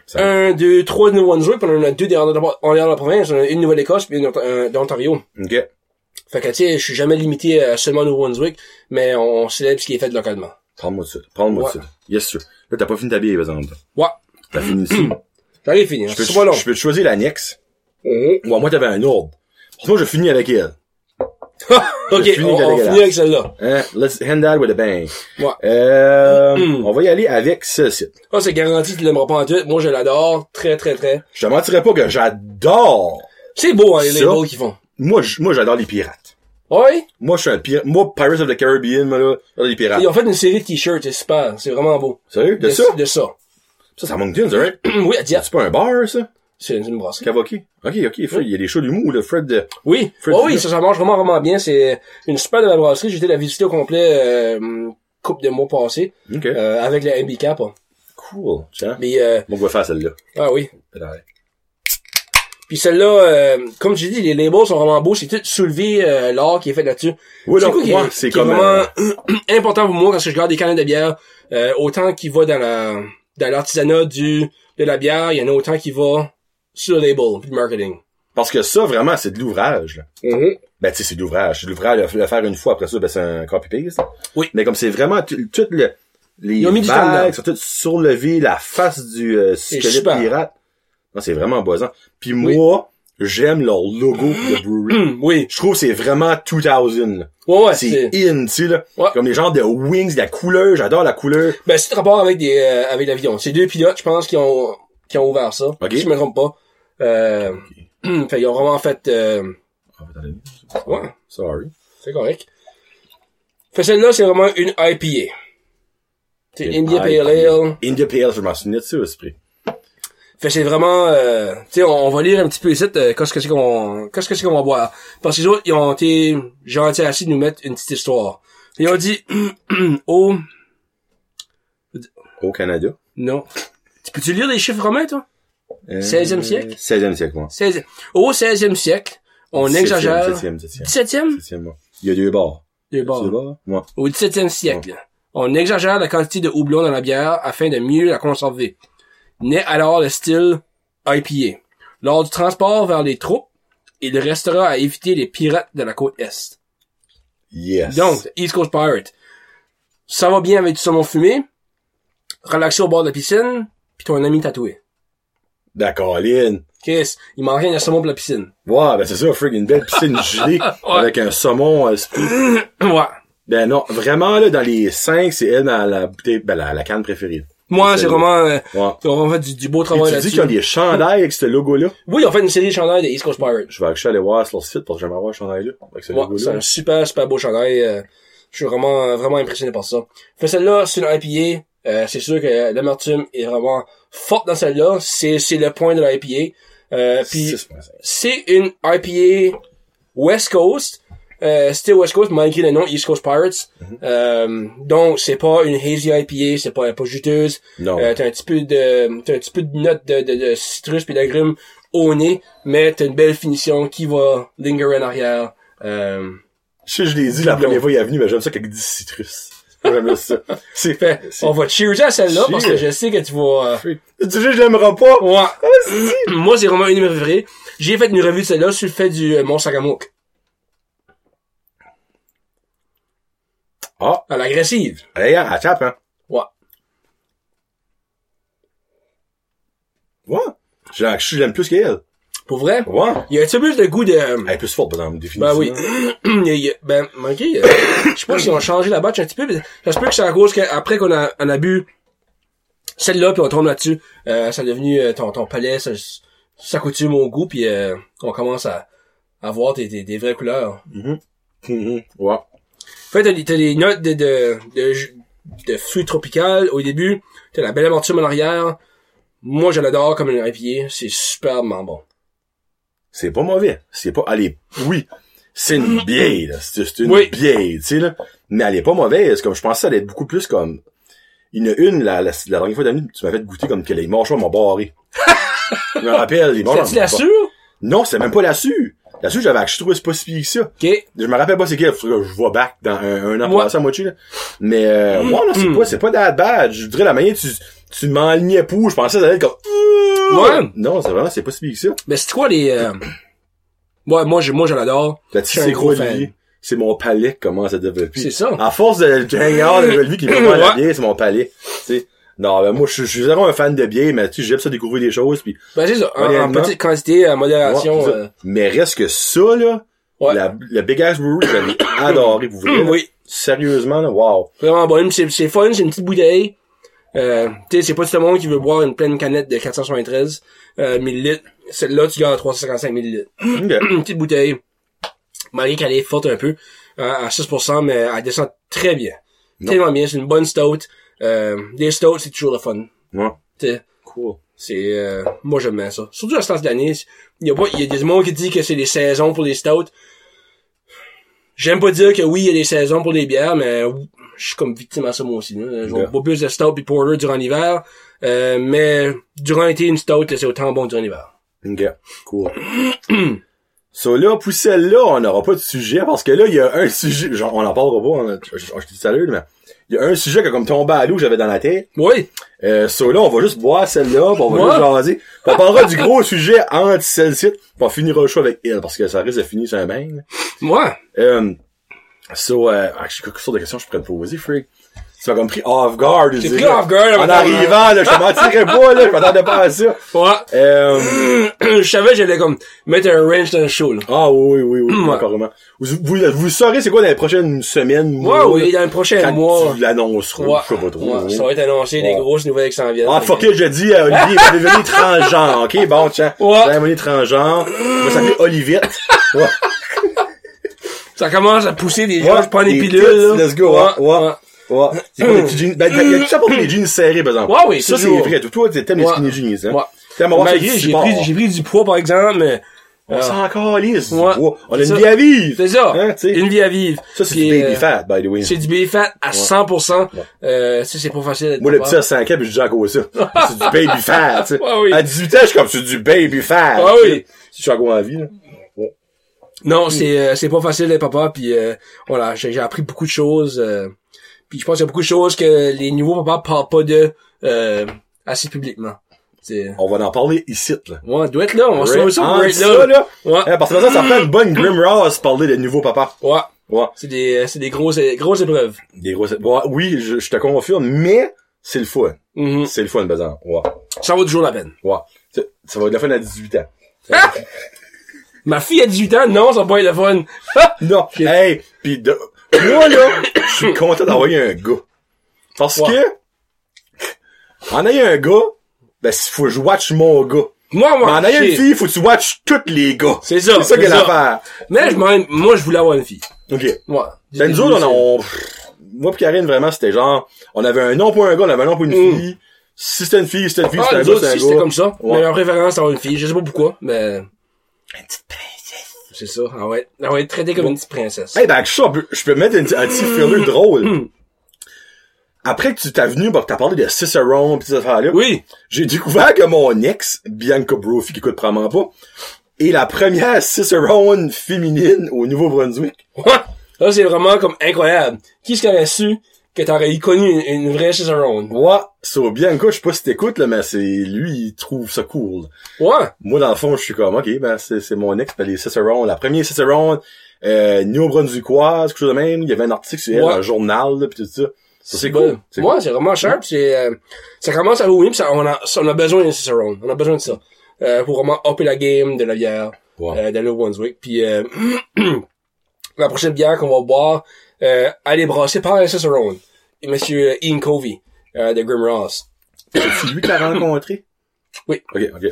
Ça-
un, deux, trois de Nouveau-Brunswick, puis on en a deux derrière de, en dehors de la province, on en a une Nouvelle-Écosse puis une Ont- euh, d'Ontario.
Ok.
Fait que tu sais, je suis jamais limité à seulement Nouveau-Brunswick, mais on célèbre ce qui est fait localement.
Prends-moi de ça. Prends-moi
Ouais.
de ça. Yes, sir. Là, t'as pas fini ta bière, par exemple.
Ouais.
T'as fini ici.
J'arrive fini. hein.
Je peux,
C'est pas long.
je peux te choisir l'annexe.
Mhm.
Ou à moi, t'avais un ordre. Parce que moi, je finis avec elle.
Ok,
Je finis
on,
avec la
on
dégueulasse.
finit avec celle-là.
Hein? Let's hand that with a bang.
Ouais.
Euh, on va y aller avec celle-ci.
Ah, c'est garanti que tu l'aimeras pas en tout. Moi, je l'adore. Très, très, très.
Je te mentirais pas que j'adore
C'est beau, hein, les
Ça.
labels qu'ils font. Ah
moi, j- moi j'adore les pirates.
Ouais.
Moi, je suis un pirate. Moi, Pirates of the Caribbean, moi, là, j'adore les pirates.
Ils ont fait une série de t-shirts, c'est super. C'est vraiment beau.
Sérieux? Ah. De ça?
De ça. <clears throat>
Ça, c'est à Moncton, c'est vrai?
oui, à Dieppe.
C'est pas un bar, ça?
C'est une brasserie.
Cavoqué? Ok, ok, Fred, il y a des shows d'humour, le Fred de...
Oui,
Fred
Ouais, oui,
Dieppe.
ça, ça marche vraiment, vraiment bien. C'est une super de la brasserie. J'étais la visiter au complet, euh, coupe de mois passés,
Ok.
euh, avec la MBK. hein.
Cool. Tiens.
Mais, euh,
Moi, je vais faire celle-là.
ah oui.
Ouais.
Puis celle-là, euh, comme j'ai dit, les labels sont vraiment beaux. C'est tout soulevé, euh, l'art qui est fait là-dessus.
Oui,
C'est
donc,
quoi qui est-
moi, c'est
qui est
comme... euh,
vraiment <clears throat> important pour moi quand je regarde des canettes de bière. euh, autant qui va dans la dans l'artisanat du de la bière, il y en a autant qui va sur le label, puis le marketing.
Parce que ça, vraiment, c'est de l'ouvrage, là. Ben, tu sais, c'est de l'ouvrage. C'est de l'ouvrage, le- le faire une fois, après ça, ben, c'est un copy-paste.
Oui.
Mais comme c'est vraiment tout tout le... Les
Ils ont mis du temps dedans.
vagues sont toutes surlevées, la face du euh, squelette
super.
pirate. Non, c'est vraiment boisant. Puis moi, j'aime leur logo de brewery.
<clears throat> Hum, oui.
Je trouve que c'est vraiment 2000. là.
Ouais, ouais,
c'est
Ah, c'est
in, tu sais, là.
Ouais.
Comme les genres de wings, la couleur, j'adore la couleur.
ben c'est de rapport avec des euh, avec l'avion. C'est deux pilotes, je pense, qui ont qui ont ouvert ça.
Ok.
Si je me trompe pas. Euh, <clears throat> fait ils ont vraiment fait euh, ouais,
Sorry.
c'est correct. Fait celle-là, c'est vraiment une IPA. C'est
Une
India Pale
IPA.
Ale.
India Pale, je m'en souvenais de ça, au esprit.
Fait que c'est vraiment, euh, tu sais, on, on va lire un petit peu ici, euh, qu'est-ce que c'est qu'on, qu'est-ce que c'est qu'on va boire. Parce que les autres, ils ont été gentils assez de nous mettre une petite histoire. Ils ont dit, <clears throat> oh,
Au Canada.
non. Tu Peux-tu lire les chiffres romains, toi? 16e siècle?
16e Euh, siècle, moi.
16, au 16e siècle, on exagère.
17e, 17e.
17e?
17e, moi. Il y a deux bars.
Deux barres.
Deux bars? Moi.
Au 17e siècle, on exagère la quantité de houblon dans la bière afin de mieux la conserver. Naît alors le style IPA. Lors du transport vers les troupes, il restera à éviter les pirates de la côte Est.
Yes.
Donc, East Coast Pirate. Ça va bien avec du saumon fumé, relaxer au bord de la piscine, puis ton ami tatoué.
D'accord, Lynn.
Qu'est-ce? Il manque rien de saumon pour la piscine. <clears throat>
Ouais, ben c'est ça, frick, une belle piscine
<laughs>
gelée avec un saumon. euh, c'est-
ouais.
ben non, vraiment, là, dans les cinq, c'est elle dans la bouteille, ben la, la canne préférée.
Moi, c'est
Salut.
vraiment, euh,
Ouais.
ils ont fait du, du beau
Et
travail
tu dis
là-dessus.
qu'il y a des chandails avec ce logo-là?
Oui, ils ont fait une série de chandails de East Coast Pirate.
Je vais actually aller voir sur leur site parce que j'aimerais avoir ce chandail-là. Avec ce
Ouais, c'est
logo-là.
un super, super beau chandail. euh, je suis vraiment, euh, vraiment impressionné par ça. Fait celle-là, c'est une IPA. euh, c'est sûr que l'amertume est vraiment forte dans celle-là. C'est, c'est le point de la IPA. Euh, puis
6.5.
c'est une IPA West Coast. Euh, c'était West Coast, malgré le nom East Coast Pirates.
Mm-hmm.
Euh, donc, c'est pas une hazy IPA, c'est pas, pas juteuse.
Non.
Euh, t'as un petit peu de, t'as un petit peu de notes de, de, de citrus puis d'agrumes au nez, mais t'as une belle finition qui va lingerer en arrière. Euh,
Je sais, je l'ai dit la première fois il est venu, mais j'aime ça avec 10 citrus. J'aime
<laughs>
ça. C'est
fait, on va cheers à celle-là parce que
Cheers.
je sais que tu vas, euh,
Tu sais, je l'aimerais pas.
ouais. Moi, c'est vraiment une de mes préférées. J'ai fait une revue de celle-là sur le fait du euh, Mont Sakamook.
Ah,
À l'agressive.
allez, à tape, hein.
Ouais.
Ouais. Je je l'aime plus qu'elle.
Pour vrai?
Ouais.
Il y a un petit peu plus de goût de...
Elle est plus forte, par exemple, définitivement.
Ben oui. il <clears throat> y a- il y a- ben, manqué, euh, je sais pas s'ils ont changé la batch un petit peu, mais ça se peut que c'est à cause qu'après qu'on a, on a bu celle-là, puis on tombe là-dessus, euh, ça est devenu euh, ton, ton palais, ça, ça coutume au goût, puis euh, on commence à, à voir des, des, des vraies couleurs.
Mhm. Ouais.
En fait, t'as des- t'as des notes de, de, de, ju- de fruits tropicales au début, t'as la belle amertume en arrière. Moi, je l'adore comme un IPA, c'est superbement bon.
C'est pas mauvais. C'est pas, allez, oui. C'est une bière, là. C'est c'est une
Mhm. Oui.
bière, tu sais, là. Mais elle est pas mauvaise. Comme, je pensais, elle allait être beaucoup plus comme, il y en a une, la, la, la dernière fois d'année, tu m'avais goûté comme que les morchons m'ont
<laughs>
barré. je me rappelle, les morchons.
T'as-tu la sûre?
Non, c'est même pas là-dessus. Là-dessus, j'avais acheté, je trouvais c'est pas si pire que ça.
Ok.
Je me rappelle pas c'est quel, parce que je vois back dans un, un an
Ouais.
passé à moitié, là. Mais, euh, ouais, non, c'est
Mm.
pas, c'est pas that bad. Je dirais la manière, tu, tu m'enlignais pour, je pensais que ça allait être comme,
Ouais.
Non, c'est vraiment, c'est pas si pire que ça.
Mais c'est quoi les... euh, Ouais, moi, je, moi, je l'adore.
La
Je suis un
c'est
gros
quoi
fan.
Olivier? C'est mon palais qui commence à développer.
C'est ça.
À force de du hangout de Olivier qui me prend la
Ouais.
bière, c'est mon palais. Tu sais. Non, ben moi, je je suis vraiment un fan de bière, mais tu sais, j'aime ça découvrir des choses, puis
Ben, c'est ça, en, en
Honnêtement.
petite quantité, en modération.
Ouais, c'est ça.
euh,
Mais reste que ça, là,
Ouais.
la, le Big Ass Brewery, j'avais <coughs> adoré, vous voulez. là.
<clears throat> oui,
Sérieusement, là, wow.
vraiment bon. C'est c'est fun, c'est une petite bouteille. Euh, tu sais, c'est pas tout le monde qui veut boire une pleine canette de 473 euh, millilitres. Celle-là, tu gagnes à 355 millilitres.
Ok.
une petite bouteille. Malgré qu'elle est forte un peu, hein, à 6%, mais elle descend très bien.
Non.
Tellement bien, c'est une bonne stout. Euh, des stouts, c'est toujours le fun.
Ouais.
T'sais,
Cool.
C'est, euh, moi j'aime bien ça. Surtout à ce temps d'année, il y a pas, il y a des gens qui disent que c'est des saisons pour les stouts. J'aime pas dire que oui, il y a des saisons pour les bières, mais je suis comme victime à ça moi aussi. là. Je vois
Yeah.
pas plus de stout et porter durant l'hiver, euh, mais durant l'été, une stout, c'est autant bon durant l'hiver.
Ok. Cool. <coughs> So là, pour celle-là, on n'aura pas de sujet, parce que là, il y a un sujet, genre, on en parlera pas, hein, je, je- je dis ça à l'heure, mais il y a un sujet qui a comme tombé à l'eau que j'avais dans la tête,
Oui!
Euh, so là, on va juste boire celle-là, pis on va
Ouais.
juste jaser. Pis on parlera du gros sujet anti celle-ci, pis on finira le show avec elle, parce que ça risque de finir sur un bang.
Moi!
Euh, so, euh, ah, je sais pas de questions que je pourrais te poser, Freak. Tu m'as comme pris off guard, je
J'ai
dirais.
pris off guard,
En
avant-
arrivant, là, je te mentirais pas, là, je m'attendais pas à ça.
Ouais!
Euh,
je savais que j'allais comme mettre un wrench dans le show là.
ah oui, oui, oui,
Ouais.
oui, carrément. Vous, vous, vous saurez c'est quoi dans les prochaines semaines,
Ouais,
mois,
oui, dans le prochain
quand
mois.
tu l'annonceras,
Ouais,
je sais pas trop.
ouais, ça va être annoncé, des
Ouais.
grosses nouvelles qui s'en viennent.
Ah, fuck it, je dis à Olivier, il va devenir transgenre, ok? Bon, tiens.
Ouais.
Ouais. devenir transgenre. Il va s'appeler Olivette. Ouais.
Ça commence à pousser des gens,
Ouais,
je prends des
des
pilules,
tits,
là. Hum.
let's go, ouais, ouais. Ouais. C'est pour les petits jeans. Ben, il y a tout ça pour les jeans serrés, par exemple.
Ouais, oui,
Ça, c'est
toujours.
vrai. Toi, Toi, t'aimes les
Ouais.
skinny jeans, hein?
Ouais.
T'aimes avoir ça
Malgré,
qui Hein,
j'ai
support.
pris, j'ai pris du poids, par exemple, mais,
On s'en calisse.
Ouais.
Ouais. On a
C'est
une
ça.
vie à vivre.
c'est ça.
Hein, tu sais.
une vie à vivre.
Ça, c'est
Puis,
du baby
euh,
fat, by the way.
C'est du baby fat à 100%. Euh, tu sais, c'est pas facile. d'être
Moi, le
pas
petit à 5 ans, pis je dis à cause
<laughs>
ça. C'est du baby fat, tu sais.
Ouais, oui.
À 18 ans, je suis comme, c'est du baby fat.
Ouais, oui.
Si je suis encore en vie, là. Hmm.
Non, c'est euh, c'est pas facile d'être papa puis euh, voilà, j'ai j'ai appris beaucoup de choses euh, puis je pense qu'il y a beaucoup de choses que les nouveaux papas parlent pas de euh, assez publiquement. C'est euh,
On va en parler ici, là.
ouais, on doit être là, on va se trouver ça
Ah,
on doit être
c'est ça,
là.
là.
Ouais.
Hein, parce que dans ça, ça fait une bonne Grim Ross parler de nouveau papa.
Ouais,
Ouais.
c'est des euh, c'est des grosses grosses épreuves.
Des grosses... ouais, oui, je, je te confirme, mais c'est le fun.
Mhm.
C'est le fun, bazar. Ouais.
Ça vaut toujours la peine.
Ouais. Ça, ça va être le fun à 18 ans.
Ma fille a 18 ans, non, ça va pas être le fun.
Non. Hey, pis de... moi, là, je suis content d'envoyer un gars. Parce
Ouais.
que, en ayant un gars, ben, s'il faut que je watch mon gars.
Moi,
Mais
moi.
en ayant
shit.
une fille, faut que tu watches tous les gars.
C'est ça,
C'est ça
c'est
qu'elle a
ça.
affaire.
Mais je m'en- moi je voulais avoir une fille.
OK.
Ouais.
Ben, nous autres, on, on- moi pis Karine, vraiment, c'était genre, on avait un nom pour un gars, on avait un nom pour une
Mm.
fille. Si c'était une fille, c'était une fille,
Ah,
c'était un
nous
gars,
autres
c'était un
aussi,
gars.
c'était comme ça.
Ouais.
Mais leur préférence, c'est avoir une fille. Je sais pas pourquoi, mais... C'est ça. Ah Elle va être, elle va être traitée comme une petite princesse.
Hey, ben, je peux- je peux mettre une- un petit
Mm.
furlure drôle. Après que tu t'es venu, bah, que t'as parlé de Cicerone pis ces affaires-là,
Oui!
j'ai découvert que mon ex, Bianca Brophy, qui écoute probablement pas, est la première Cicerone féminine au Nouveau-Brunswick.
Là, c'est vraiment comme incroyable. Qui ce qui aurait su que t'aurais eu connu une, une vraie Cicerone?
Ouais, so Bianca, je sais pas si t'écoutes, là, mais c'est, lui, il trouve ça cool.
Ouais!
Moi, dans le fond, je suis comme, ok, ben, c'est, c'est mon ex, ben, les Cicerone, la première Cicerone, euh, Néo-Brunswickoise, quelque chose de même, il y avait un article sur elle,
Ouais.
un journal, là, pis tout ça. Ça, c'est
Bon.
cool. C'est
Ouais, Ben, c'est vraiment cher. pis c'est, euh, ça commence à Halloween, pis ça, on, a, ça, on a besoin d'une Cicerone. On a besoin de ça. Euh, pour vraiment upper la game de la bière,
cool. Ouais.
euh, de New Brunswick. Puis, euh, <clears throat> la prochaine bière qu'on va boire, euh, elle est brassée par SS Rowan. Et monsieur euh, Ian Covey, euh, de Grim Ross.
C'est lui qui l'a rencontré?
<coughs> Oui.
Ok, ok.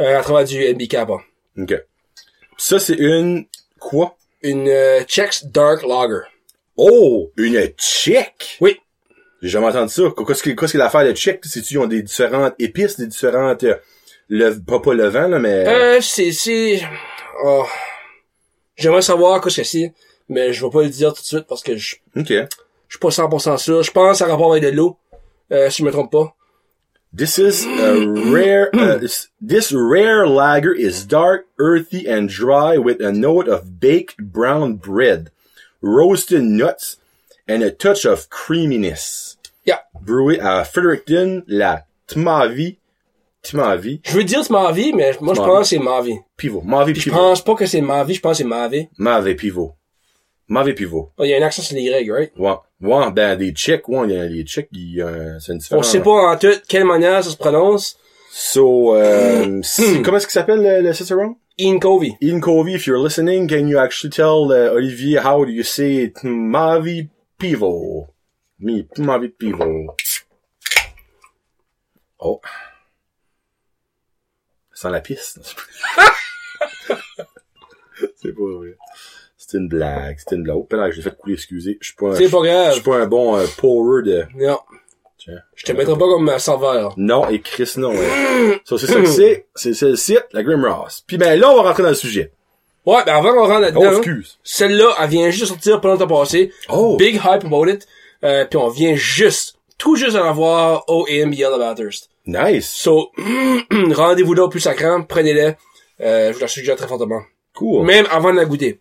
Euh, à travers du NB Kappa.
Ok. Ça, c'est une, quoi?
Une euh, Chex Dark Lager.
Oh! Une tchèque!
Oui.
J'ai jamais entendu ça. Qu- Qu'est-ce qu'il qu'est-ce qu'il y a à faire de tchèque? C'est-tu, ils ont des différentes épices, des différentes, euh, le, pas, pas le vent, là, mais...
Euh, c'est, c'est, oh. J'aimerais savoir qu'est-ce que c'est, mais je vais pas le dire tout de suite parce que je,
Ok.
je suis pas 100% sûr. Je pense à rapport avec de l'eau, euh, si je me trompe pas.
This is
<clears throat>
a rare. Uh, this, this rare lager is dark, earthy, and dry, with a note of baked brown bread, roasted nuts, and a touch of creaminess.
Yeah.
Brewed at Fredericton, La Tmavi, Tmavi
Je veux dire c'est Mavi, mais moi je
Mavi.
pense que c'est Mavi.
Pivot, Mavi
Puis je
Pivot,
pense pas que c'est Mavi, je pense que c'est Mavi.
Mavi Pivot, Mavi Pivot.
Oh, Il y a un accent sur les Y, right?
Ouais, ouais, ben des Tchèques, ouais, il y a les Tchèques, il y a- c'est une
On
différence.
sait pas en tout quelle manière ça se prononce.
So,
<clears throat>
euh, c'est- comment est-ce qu'il s'appelle le, le Cicerone?
Ian Covey.
Ian Covey, if you're listening, can you actually tell uh, Olivier how do you say it? Mavi pivo. Me, mavi pivo. Oh. Sans la piste. <laughs> c'est pas vrai. C'est une blague. C'est une blague. Oh, pardon, je l'ai fait couler, excusez. Je suis pas un,
C'est pas
je
grave.
suis pas un bon euh, pourer de...
Non.
Tiens.
Je te mettrai pas comme euh, serveur.
Non, et Chris, non. <laughs> hein. So, c'est ça que c'est. C'est c'est le site, la Grim Ross. Puis ben là, on va rentrer dans le sujet.
Ouais, ben avant qu'on rentre
Oh,
là-dedans,
excuse.
celle-là, elle vient juste de sortir pas longtemps passé.
Oh.
Big hype about it. Euh, puis on vient juste, tout juste en avoir au AMBL about Thirst.
Nice.
So, <clears throat> rendez-vous là au plus sacrant, prenez-les. Euh, je vous la suggère très fortement.
Cool.
Même avant de la goûter.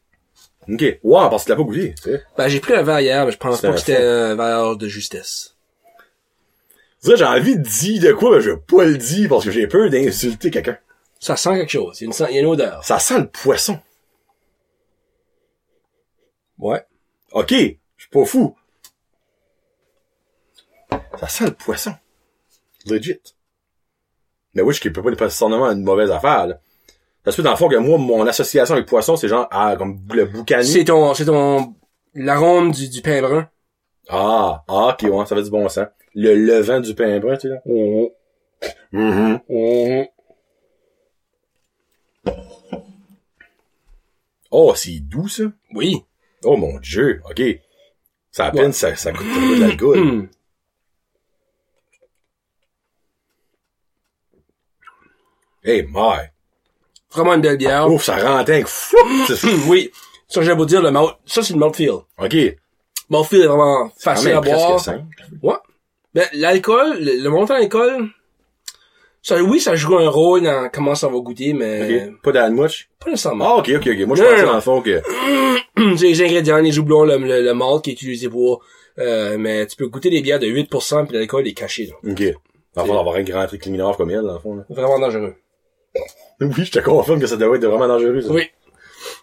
Ok. Wow, parce que tu l'as pas goûté, tu sais.
Ben, j'ai pris un verre hier, mais je pense
C'était
pas
un
que c'était un verre de justesse.
C'est vrai, j'ai envie de dire de quoi, mais je vais pas le dire parce que j'ai peur d'insulter quelqu'un.
Ça sent quelque chose. Il y a une, sen- il y a une odeur.
Ça sent le poisson.
Ouais.
Ok. Je suis pas fou. Ça sent le poisson. Legit. Mais oui, je ne peux pas nécessairement une mauvaise affaire, là. Parce que dans le fond que moi, mon association avec poisson, c'est genre, ah, comme le boucané.
C'est ton, c'est ton, l'arôme du, du pain brun.
Ah, ah, ok, ouais, ça fait du bon sens. Le levant du pain brun, tu sais, là.
Mm-hmm.
Mhm. Oh, c'est doux, ça.
Oui.
Oh mon dieu, ok. Ça à peine,
Ouais.
ça, ça coûte de l'alcool.
Hmm.
hey, my.
Vraiment une belle bière.
Ouf, ça rentre un fou. C'est-
Hmm, oui. Ça, j'ai beau dire, le malt, ça, c'est le mouthfeel.
Ok.
Mouthfeel est vraiment
Quand
facile
même
à
presque
boire.
simple.
Ouais. Ben, l'alcool, le, le montant d'alcool, ça, oui, ça joue un rôle dans comment ça va goûter, mais
Ok. Pas d'an much.
pas nécessairement.
Ah, ok, ok, ok. Moi, je
Euh. Non,
pensais
non,
dans le fond que...
C'est les ingrédients, les doublons, le, le, le malt qui est utilisé pour... euh, mais tu peux goûter des bières de 8% puis l'alcool est caché. là.
Ok. Dans le fond, d'avoir un grand truc criminel comme elle, dans le fond. Là. <laughs>
Vraiment dangereux.
Oui, je te confirme que ça devait être vraiment dangereux. ça.
Oui.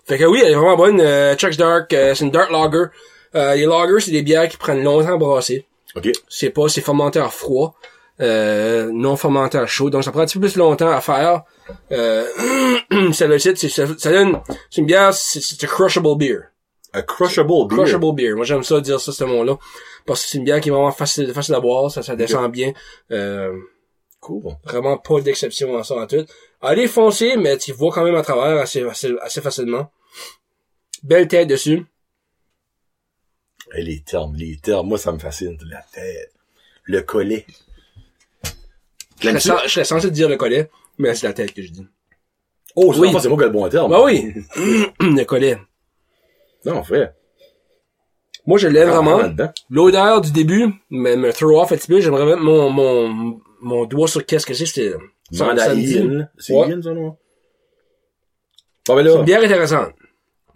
Fait que oui, elle est vraiment bonne. Euh, Chuck's Dark, euh, c'est une dark lager. Euh, les lagers, c'est des bières qui prennent longtemps à brasser.
Ok.
C'est pas, c'est fermenté à froid, euh, non fermenté à chaud. Donc ça prend un petit peu plus longtemps à faire. Euh, <clears throat> celle-ci, c'est, ça, ça donne, c'est une bière, c'est, c'est a crushable beer.
A crushable beer.
Crushable beer. Moi, j'aime ça dire ça, ce mot-là. Parce que c'est une bière qui est vraiment facile, facile à boire. Ça, ça descend bien. Euh,
Cool.
vraiment pas d'exception en ça en tout. Elle est foncée, mais tu vois quand même à travers assez, assez, assez facilement. Belle tête dessus.
Eh, les termes, les termes. Moi, ça me fascine. La tête. Le collet.
Je serais,
L'aimes-tu?
sen- je serais censé te dire le collet, mais c'est la tête que je dis.
Oh, c'est
Oui.
dans le fond, c'est moi qui ai le bon terme.
Bah oui! <clears throat> le collet.
Non, frère.
Moi, je l'aime
Ah,
vraiment.
dedans.
L'odeur du début me, me throw off un petit peu. J'aimerais mettre mon, mon, mon doigt sur qu'est-ce que c'est. C'est ça- ça me dit.
Mandaïne. C'est
Ouais.
Ian, ça, non? Bon, ben
C'est
là,
une bière intéressante.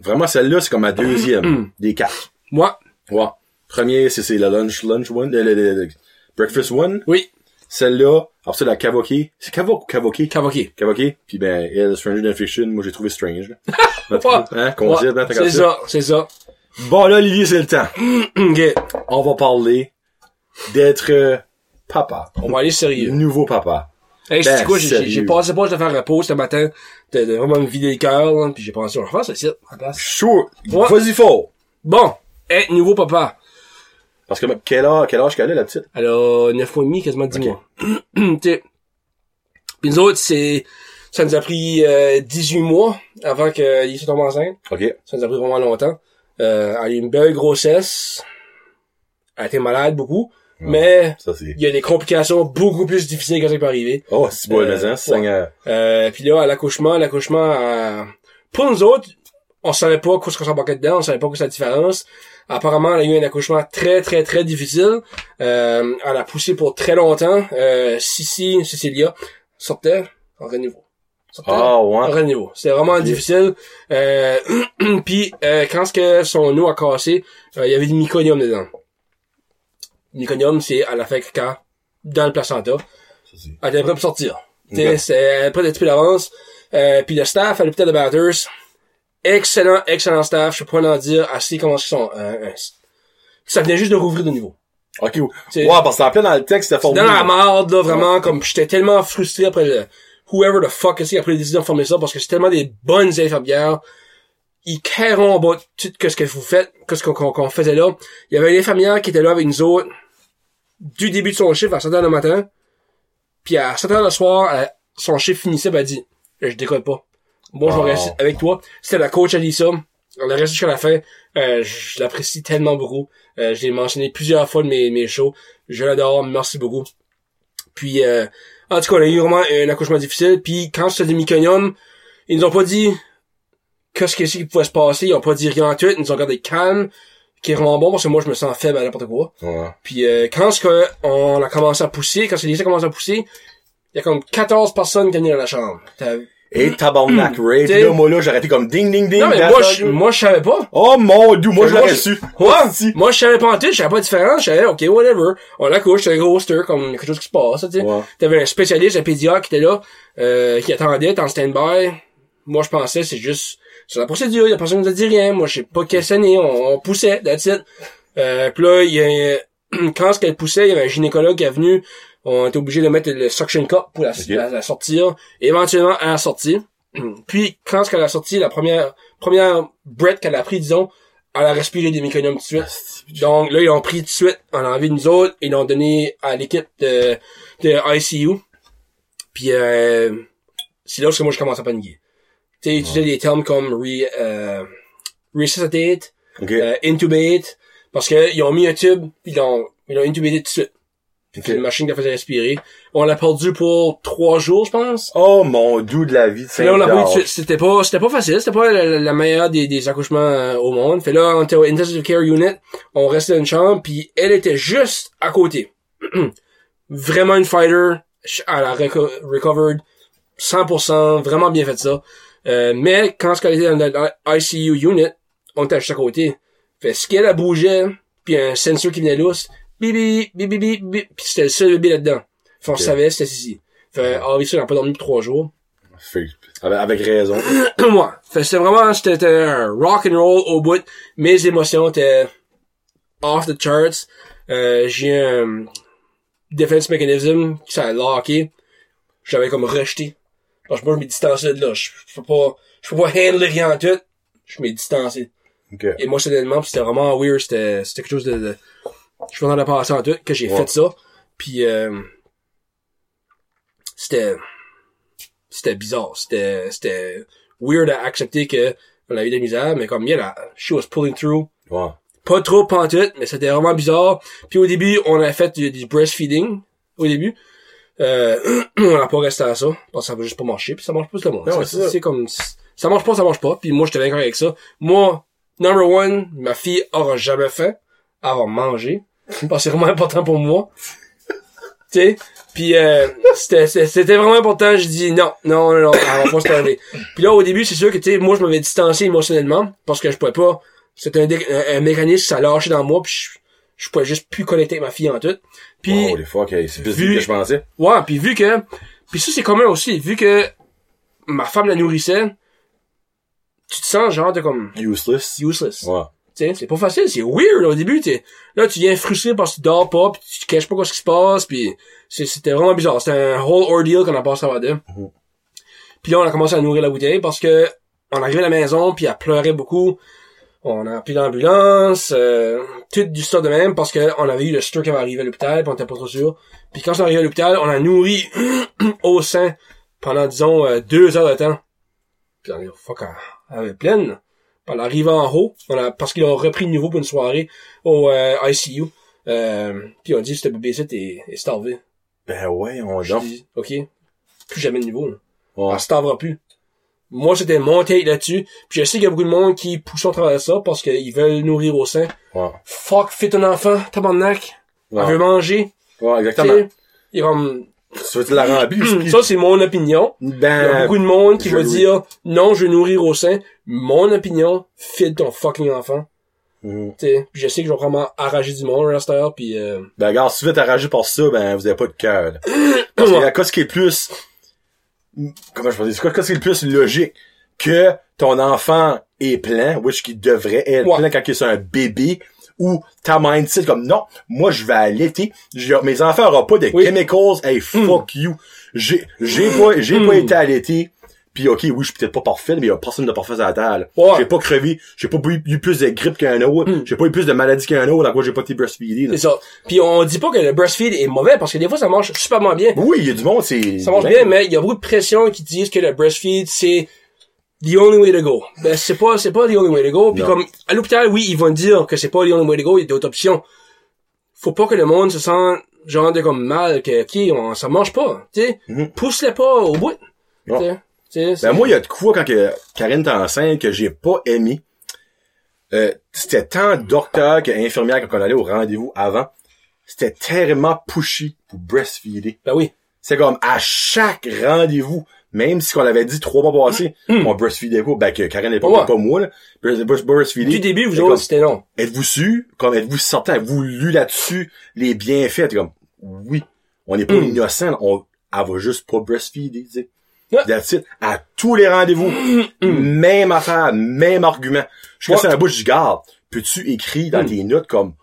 vraiment, celle-là, c'est comme ma <clears throat> deuxième des quatre.
Moi,
Ouais. Premier, c'est, c'est la lunch, lunch one, le, le- le- le breakfast one.
oui,
Celle-là, après ça, la Kavoké. C'est Kavo, Kavoké?
Kawaki.
Kavoké. Puis ben, elle, Stranger Than Fiction, moi, j'ai trouvé strange, là. En tout cas, hein, qu'on dise, hein, t'as
c'est
comme
ça, c'est ça. <clears throat>
Bon, là, Olivier, c'est le temps.
Ok,
On va parler d'être euh, papa.
on va aller sérieux.
Nouveau papa.
Hey, c'est
Mm. Ben,
quoi, j'ai- j'ai
sérieux.
j'ai passé pas de faire repos ce matin, de, de vraiment me vider le cœur, là, puis j'ai pensé, on va faire ça ici, à la place.
Sure.
Ouais.
Vas-y fort.
Bon, être nouveau papa.
Parce que, quel âge, quel âge qu'elle a, la petite?
Elle a 9 mois et demi, quasiment 10
Ok.
mois. <clears throat> tu sais. Puis nous autres, c'est, ça nous a pris euh, 18 mois avant qu'il soit tombé enceinte.
OK.
Ça nous a pris vraiment longtemps. Euh, elle a eu une belle grossesse. Elle a été malade beaucoup. Mais
Ça, c'est...
il y a des complications beaucoup plus difficiles que ça qui peut arriver.
Oh, c'est bon,
Euh,
mais hein,
ouais.
Seigneur.
Euh, puis là, à l'accouchement, l'accouchement, euh, pour nous autres, on savait pas quoi ce qu'on s'embarquait dedans, on savait pas quoi c'est la différence. Apparemment, elle a eu un accouchement très, très, très difficile. Euh, elle a poussé pour très longtemps. Euh, Sissi, Cecilia, sortait, en niveau. Sortait.
Ah, ouais.
Aurait le niveau. C'était vraiment
Ok.
difficile. Euh, <clears throat> puis euh, quand ce que son eau a cassé, euh, il y avait du miconium dedans. Miconium, c'est à la fait quand dans le placenta,
Ça, c'est-
elle était prête Ah, pour sortir.
Ok.
T'sais, C'est elle est prête d'être plus d'avance. Euh, puis le staff à l'hôpital de Bathurst, excellent, excellent staff. Je peux pas en dire assez comment ils sont. Euh, euh, ça venait juste de rouvrir de nouveau.
OK. Ouais,
C'est-
parce que en plein dans le texte, c'était
Dans
formidable.
la marde, là, vraiment, comme j'étais tellement frustré après le, whoever the fuck c'est qui a pris la décision de former ça, parce que c'est tellement des bonnes infirmières. Ils cairont en bas de tout que ce que vous faites, que ce qu'on, qu'on- qu'on faisait là. Il y avait une infirmière qui était là avec nous autres, du début de son chiffre à 7 h le matin, puis à 7 h le soir, elle- son chiffre finissait, ben, elle dit, je décolle pas. Moi, je
Wow.
vais rester avec toi. C'était la coach Alissa. On a resté jusqu'à la fin. Euh, je l'apprécie tellement beaucoup. Euh, je l'ai mentionné plusieurs fois de mes, mes shows. Je l'adore. Merci beaucoup. Puis, euh, en tout cas, on a eu vraiment un accouchement difficile. Puis, quand c'était du miconium, ils nous ont pas dit qu'est-ce que c'est qui pouvait se passer. Ils ont pas dit rien en tout. Ils nous ont gardé calme, qui est vraiment bon parce que moi, je me sens faible à n'importe quoi.
Ouais.
Puis euh, quand ce que on a commencé à pousser, quand ce lycée a commencé à pousser, il y a comme 14 personnes qui venaient dans la chambre. T'as-
Et tabarnak, Ray. Puis
T'sais-
là, moi, là, j'ai arrêté comme ding, ding, ding.
Hmm. Non mais
ding,
moi
ding,
je,
ding.
moi je savais pas.
Oh, mon dieu, moi, je
Moi,
l'aurais
je-
su.
Moi,
Si.
moi je savais pas en tout, je savais pas la différence, je savais ok whatever. On accouche, c'est un gros stir comme quelque chose qui se passe, tu sais.
Ouais.
T'avais un spécialiste, un pédiatre qui était là, euh, qui attendait, t'es en stand-by. Moi je pensais c'est juste c'est la procédure, il y a personne qui nous a dit rien, moi je sais pas quelle année, on, on poussait, that's it. Euh, puis là, il y a, <clears throat> quand ce qu'elle poussait, il y avait un gynécologue qui est venu, on était obligé de mettre le suction cup pour la,
Ok.
la- la sortir, éventuellement à la sortie. <clears throat> Puis quand ce qu'elle a sorti, la première première breath qu'elle a pris, disons, elle a respiré des mécaniums tout de suite. Donc là, ils ont pris tout de suite, on a enlevé nous autres, ils l'ont donné à l'équipe de, de ICU. Puis euh, c'est là que moi je commence à paniquer. Tu sais, utiliser des termes comme re, euh, resuscitate,
OK.
euh, intubate, parce que ils ont mis un tube, puis ils l'ont, ils l'ont intubé tout de suite. Puis
Ok.
c'est une machine qui la faisait respirer. On l'a perdu pour trois jours, je pense.
Oh, mon dieu de la vie.
Fait là, on l'a perdu tout de
Saint-Georges.
suite. C'était pas, c'était pas facile. C'était pas la, la- la meilleure des, des accouchements euh, au monde. Fait là, on était au intensive care unit. On restait dans une chambre, puis elle était juste à côté. <clears throat> vraiment une fighter. Elle a reco- recovered 100%. Vraiment bien fait ça. Euh, mais quand elle était dans l'ICU unit, on était juste à côté. Fait ce qu'elle a bougé, puis un sensor qui venait lousse, bibi, bibi, bibi, bibi, puis c'était le seul bébé là-dedans. Fait on
Ok.
savait, c'était ici. Fait, ah oui, ça, on n'a pas dormi pour trois jours.
Fait- Avec, avec
<laughs>
raison.
<clears throat> moi. Fait que c'était vraiment, c'était un rock and roll au bout. Mes émotions étaient off the charts. Euh, j'ai un defense mechanism qui s'est locké. J'avais comme rejeté. Parce que moi, je me distançais de là. Je, je peux pas, je peux pas handler rien en tout. Je m'ai distancé.
OK.
euh, Émotionnellement, pis c'était vraiment weird. C'était, c'était quelque chose de, de- je suis content de passer en tout, que j'ai
Ouais.
fait ça. Puis, euh, c'était, c'était bizarre. C'était, c'était weird à accepter que on a eu des misères, mais comme, yeah, la, she was pulling through.
Ouais.
Pas trop pantoute, mais c'était vraiment bizarre. Puis au début, on a fait du, du breastfeeding, au début. Euh, <clears throat> on n'a pas resté à ça, parce que ça va juste pas marcher, puis ça marche pas tout le monde.
Non,
Ça-
Ben c'est ça.
c'est comme, ça marche pas, ça marche pas, puis moi, j'étais bien correct avec ça. Moi, number one, ma fille aura jamais faim, elle va manger, parce que c'est vraiment important pour moi. tu sais? Puis euh, c'était c'était- c'était vraiment important, je dis non, non, non, non, elle va pas se tarder. Puis là, au début, c'est sûr que, tu sais, moi, je m'avais distancé émotionnellement, parce que je pouvais pas, c'était un, dé- un, un mécanisme, ça a lâché dans moi, puis je, je pouvais juste plus connecter avec ma fille en tout. Puis,
Oh, les fuck, hey, c'est plus
Vu-
vite que je pensais.
Ouais, puis vu que puis ça c'est commun aussi, vu que ma femme la nourrissait, tu te sens genre de comme
Useless.
useless.
Ouais.
Tu sais, c'est pas facile, c'est weird au début, tu sais. Là, tu viens frustré parce que tu dors pas, puis tu te caches pas quoi ce qui se passe, puis c'est- c'était vraiment bizarre. C'était un whole ordeal qu'on a passé avant d'eux.
Mhm.
Puis là, on a commencé à nourrir la bouteille parce que on arrivait à la maison, puis elle pleurait beaucoup. On a appelé l'ambulance, euh, tout du stuff de même parce que on avait eu le stroke qui avait arrivé à l'hôpital, puis on était pas trop sûr. Puis quand on est arrivé à l'hôpital, on a nourri <clears throat> au sein pendant, disons, euh, deux heures de temps. Puis on a dit, fuck, elle elle est pleine. Puis on arrive en haut, on a- parce qu'ils ont repris le niveau pour une soirée au euh, ICU. Euh, puis on dit, ce bébé-ci est, est starvé.
Ben ouais, on
Je
dort.
dis, ok, plus jamais de niveau. Là. On se t'en plus. Moi, c'était mon take là-dessus. Puis je sais qu'il y a beaucoup de monde qui poussent à travers ça parce qu'ils veulent nourrir au sein.
Ouais.
Fuck, fais ton enfant, tabarnak. Elle veut
Ouais.
manger.
Ouais,
tu sais.
exactement.
Il est comme...
Tu veux-tu la remplir?
<clears throat> Ça, c'est mon opinion. Il y a
Ben,
beaucoup de monde qui
je
va
oui.
dire non, je vais nourrir au sein. Mon opinion, file ton fucking enfant.
Mhm.
T'sais, je sais que je vais vraiment arracher du monde à cette heure, puis euh, <clears throat>
ben, regarde, si vous êtes arragé par ça, ben, vous avez pas de cœur, là. Parce que, regarde, qu'est-ce qui est plus, comment je peux dire, c'est quoi, qu'est-ce qui est le plus logique que ton enfant est plein, which qui devrait être
Ouais.
plein quand il est sur un bébé, ou ta mindset comme, non, moi, je vais allaiter, J'ai- mes enfants n'auront pas de
Oui. Hmm.
chemicals, hey, fuck you. J'ai, j'ai pas, j'ai pas été allaité. Puis ok, oui, je suis peut-être pas parfait, mais y a personne de parfait à la table.
Ouais. Hmm.
J'ai pas crevé, j'ai pas eu, eu plus de grippe qu'un autre, j'ai pas eu plus de maladie qu'un autre, à quoi j'ai pas été breastfeedé. là.
c'est ça. Puis on dit pas que le breastfeed est mauvais, parce que des fois ça marche super moins bien.
Ben Oui, il y a du monde, c'est... ben
Ça marche bien, mais il y a beaucoup de pression qui disent que le breastfeed, c'est the only way to go. Ben, c'est pas, c'est pas the only way to go. Puis
Non.
comme, à l'hôpital, oui, ils vont dire que c'est pas the only way to go, il y a d'autres options. Faut pas que le monde se sente, genre, de comme mal, que, ok, on, ça marche pas, tu sais.
Mhm.
Pousse-le pas au bout, tu
Non.
sais. Tu sais. c'est-
Ben moi, il y a de quoi quand que Karine était enceinte que j'ai pas aimé. Euh, c'était tant docteur que infirmière quand on allait au rendez-vous avant. C'était terriblement pushy pour breastfeeder.
Ben oui.
C'est comme à chaque rendez-vous, même si qu'on l'avait dit trois mois passés,
Hmm.
on breastfeedait pas. Ben que Karine n'est pas,
Ouais.
pas moi, là. Breast- breast- breastfeeding.
Du début, vous
C'est comme,
autres, c'était non.
Êtes-vous sûr? Comme êtes-vous certain? Avez-vous lu là-dessus les bienfaits? T'es comme oui. On n'est pas
Hmm.
innocent, on elle va juste pas breastfeeder, tu sais.
Yeah.
That's it. À tous les rendez-vous, même affaire, même argument. Je
Hmm. Ouais. Hmm.
suis à la bouche du garde. Peux-tu écrire dans tes notes comme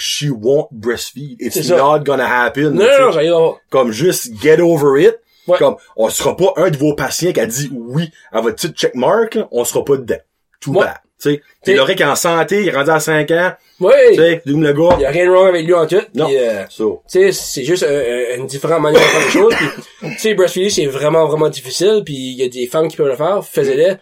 She won't breastfeed. It's
C'est ça.
not gonna happen. Tu
Non,
sais,
non, non, j'allais dans...
Comme juste get over it.
Ouais.
Comme on sera pas un de vos patients qui a dit oui à votre petite checkmark, là, on sera pas dedans. Tout
Ouais.
bad. Tu sais, t'es le mec en santé, il est rendu à 5 ans,
Ouais!
tu sais, d'où le
Il y
gars.
a rien de wrong avec lui en tout.
Non.
puis, euh,
So,
tu sais, c'est juste euh, euh, une différente manière de faire les choses. Puis, tu sais, breastfeeding, c'est vraiment, vraiment difficile. Puis, il y a des femmes qui peuvent le faire. Faites-le.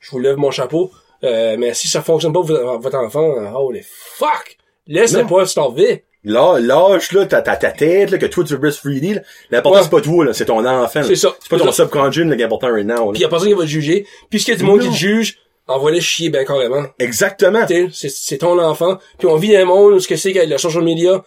Je vous lève mon chapeau. Euh, mais si ça fonctionne pas pour votre votre enfant, euh, holy fuck! Laisse-le
Non.
pas starver.
là, lâche, là, ta, ta, ta tête, là, que toi, tu veux breastfeeding, là. L'important,
Ouais.
c'est pas toi, là, c'est ton enfant. là.
C'est ça.
C'est pas ton
ça.
subconscient, là, qui est important right now, là.
Puis, il y a personne qui va te juger. Puis, s'il y a du monde qui
Non.
te juge, envoie-le chier ben carrément.
Exactement.
Tu sais, c'est c'est ton enfant. Puis on vit dans un monde où ce que c'est qu'avec le social media,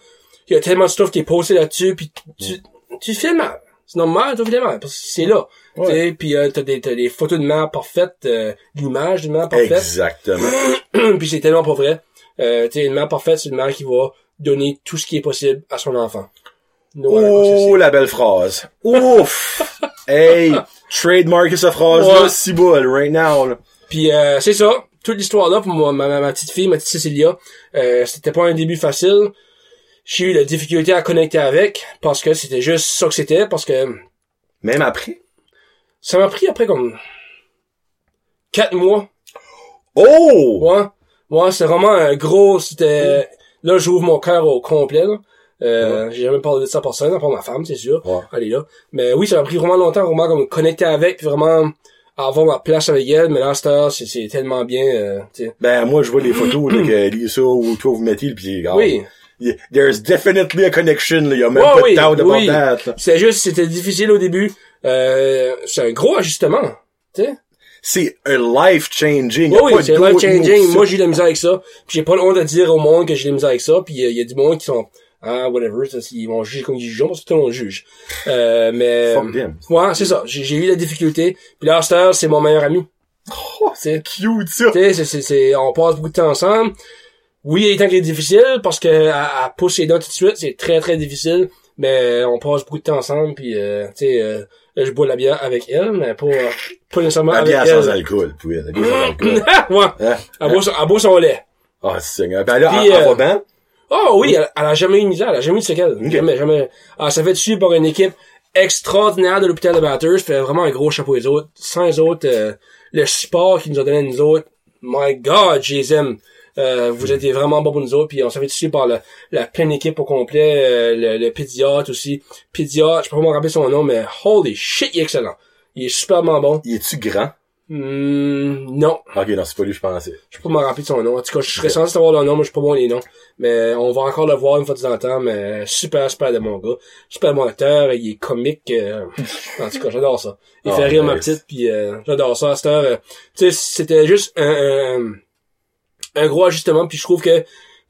il y a tellement de stuff qui est posté là-dessus, puis tu, tu fais mal. C'est normal, tu fais mal, parce que c'est là. Tu sais, Puis euh, t'as des, t'as des photos de mère parfaite, euh, l'image d'une mère parfaite,
Exactement.
<clears throat> puis c'est tellement pas vrai. Euh, tu sais, une mère parfaite, c'est une mère qui va donner tout ce qui est possible à son enfant. No matter what que
Oh,
c'est.
la belle phrase.
<laughs>
Ouf! hey! Trademark cette phrase-là,
Ouais.
si bol, right now, là.
Puis euh, c'est ça, toute l'histoire là pour moi, ma, ma, ma petite fille, ma petite Cécilia, euh, c'était pas un début facile. J'ai eu la difficulté à connecter avec parce que c'était juste ça que c'était parce que
Même après.
ça m'a pris après comme quatre mois.
Oh!
Ouais, ouais, c'est vraiment un gros, c'était là j'ouvre mon cœur au complet. Là. Euh, J'ai jamais parlé de ça à personne, à part ma femme, c'est sûr.
Ouais.
Elle est là. Mais oui, ça m'a pris vraiment longtemps, vraiment comme connecter avec, puis vraiment avoir ma place avec elle. Mais là, cette heure, c'est c'est tellement bien. Euh, tu sais.
Ben, moi, je vois les photos, là, que Lisa ou toi, vous mettez, pis regarde.
Mm-hmm. oui.
Y- There's definitely a connection, là. Y'a même
Ouais,
pas
oui,
de doubt about
oui.
that, là.
C'est juste, c'était difficile au début. Euh, c'est un gros ajustement. Tu sais?
C'est un life-changing.
Oui,
Y'a
oui,
pas
c'est
d'autre
life
mot que
changing.
ça.
Moi, j'ai eu de la misère avec ça. Puis j'ai pas le honte de dire au monde que j'ai de la misère avec ça. Puis euh, il y a du monde qui sont, ah, whatever, ça, ils vont juger comme ils jugeront parce que tout le monde juge. Euh, mais.
Fuck them.
Ouais, c'est ça. J'ai, j'ai eu la difficulté. Puis là, à cette heure, c'est mon meilleur ami.
Oh,
Tu sais?
cute, ça.
Tu sais, c'est, c'est, c'est- on passe beaucoup de temps ensemble. Oui, il y a des temps qui est difficile parce que à, à pousser les dents tout de suite, c'est très très difficile. Mais euh, on passe beaucoup de temps ensemble, puis euh, tu sais, euh, là, je bois de la bière avec elle, mais pas, euh, pas nécessairement
La
avec
bière
elle. Mm-hmm.
sans alcool, puis la bière sans alcool.
Ah, <laughs> ouais.
Hein?
Elle boit son- elle boit son lait.
Ah, Seigneur. Ben là, en,
Puis,
en
euh,
rodant,
Oh oui, elle, elle a jamais eu une misère, elle a jamais eu de séquelles.
Ok.
Jamais, jamais. Elle s'est fait suivre par une équipe extraordinaire de l'hôpital de Bathurst. Fait vraiment un gros chapeau aux autres. Sans les autres, euh, le support qu'ils nous ont donné à nous autres, my God, je les aime. Euh, vous étiez vraiment bons pour nous autres. Puis on s'est fait suivre par la, la pleine équipe au complet, euh, le, le pédiatre aussi. Pédiatre, je peux pas me rappeler son nom, mais holy shit, il est excellent. Il est superment bon.
il est-tu grand?
Hmm, non,
Ok, non, c'est pas lui, je pensais.
je peux pas me rappeler de son nom. En tout cas, je serais censé savoir le nom, mais je suis pas bon les noms. Mais on va encore le voir une fois de temps en temps, mais super, super de mon gars. Super bon acteur, il est comique. euh, en tout cas, j'adore ça. Il
Oh,
fait rire ma
nice.
petite, puis euh, j'adore ça. À cette heure, euh, tu sais, c'était juste un, un, un gros ajustement, puis je trouve que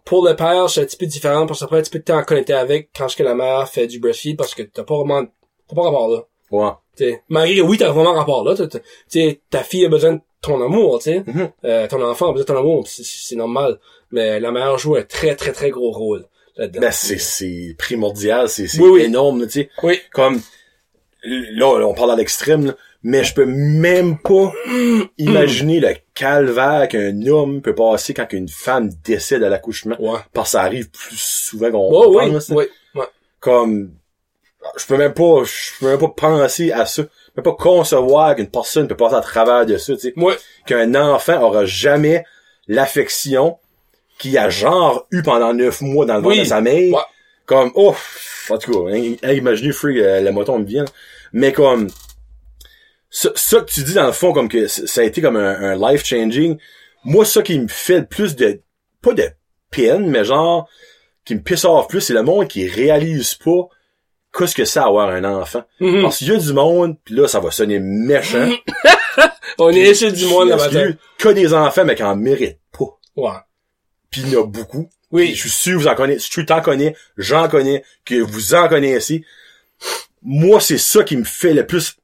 pour le père, c'est un petit peu différent, parce que ça prend un petit peu de temps à connecter avec quand ce que la mère fait du breastfeed, parce que t'as pas vraiment... T'as pas rapport là.
Ouais.
T'sais, Marie, oui, t'as vraiment rapport là. T'as- t'as- t'sais, ta fille a besoin de ton amour, tu
Mhm.
ton enfant a besoin de ton amour, c'est- c'est c'est normal. Mais la mère joue un très, très, très gros rôle là-dedans.
Ben, c'est, c'est primordial, c'est, c'est
Oui, oui.
énorme, là, tu sais.
Oui.
Comme, là, là, on parle à l'extrême, là, mais je peux même pas imaginer le calvaire qu'un homme peut passer quand une femme décède à l'accouchement.
Ouais.
Parce que ça arrive plus souvent qu'on
Ouais,
qu'on
ouais,
pense, là.
Bah ouais, ouais.
Comme, je peux même pas, je peux même pas penser à ça. Je peux même pas concevoir qu'une personne peut passer à travers de ça, tu sais.
Ouais.
Qu'un enfant aura jamais l'affection qu'il a genre eu pendant neuf mois dans le ventre
Oui.
de sa mère.
Ouais.
Comme, oh, en tout cas, hein, hein, imaginez, Free, euh, le moton me vient. là. Mais comme, ça, ça que tu dis dans le fond, comme que c- ça a été comme un, un life changing. Moi, ça qui me fait le plus de, pas de peine, mais genre, qui me pisse off plus, c'est le monde qui réalise pas qu'est-ce que c'est avoir un enfant.
Mhm.
Parce qu'il y a du monde, puis là, ça va sonner
<laughs>
méchant.
On est laissé du monde là
Parce qu'il y a
bas
eu Que des enfants, mais qui en méritent pas.
Ouais.
Puis il y en a beaucoup. Puis
Oui.
Je suis sûr que vous en connaissez. Je t'en connais, j'en connais, que vous en connaissez. Moi, c'est ça qui me fait le plus...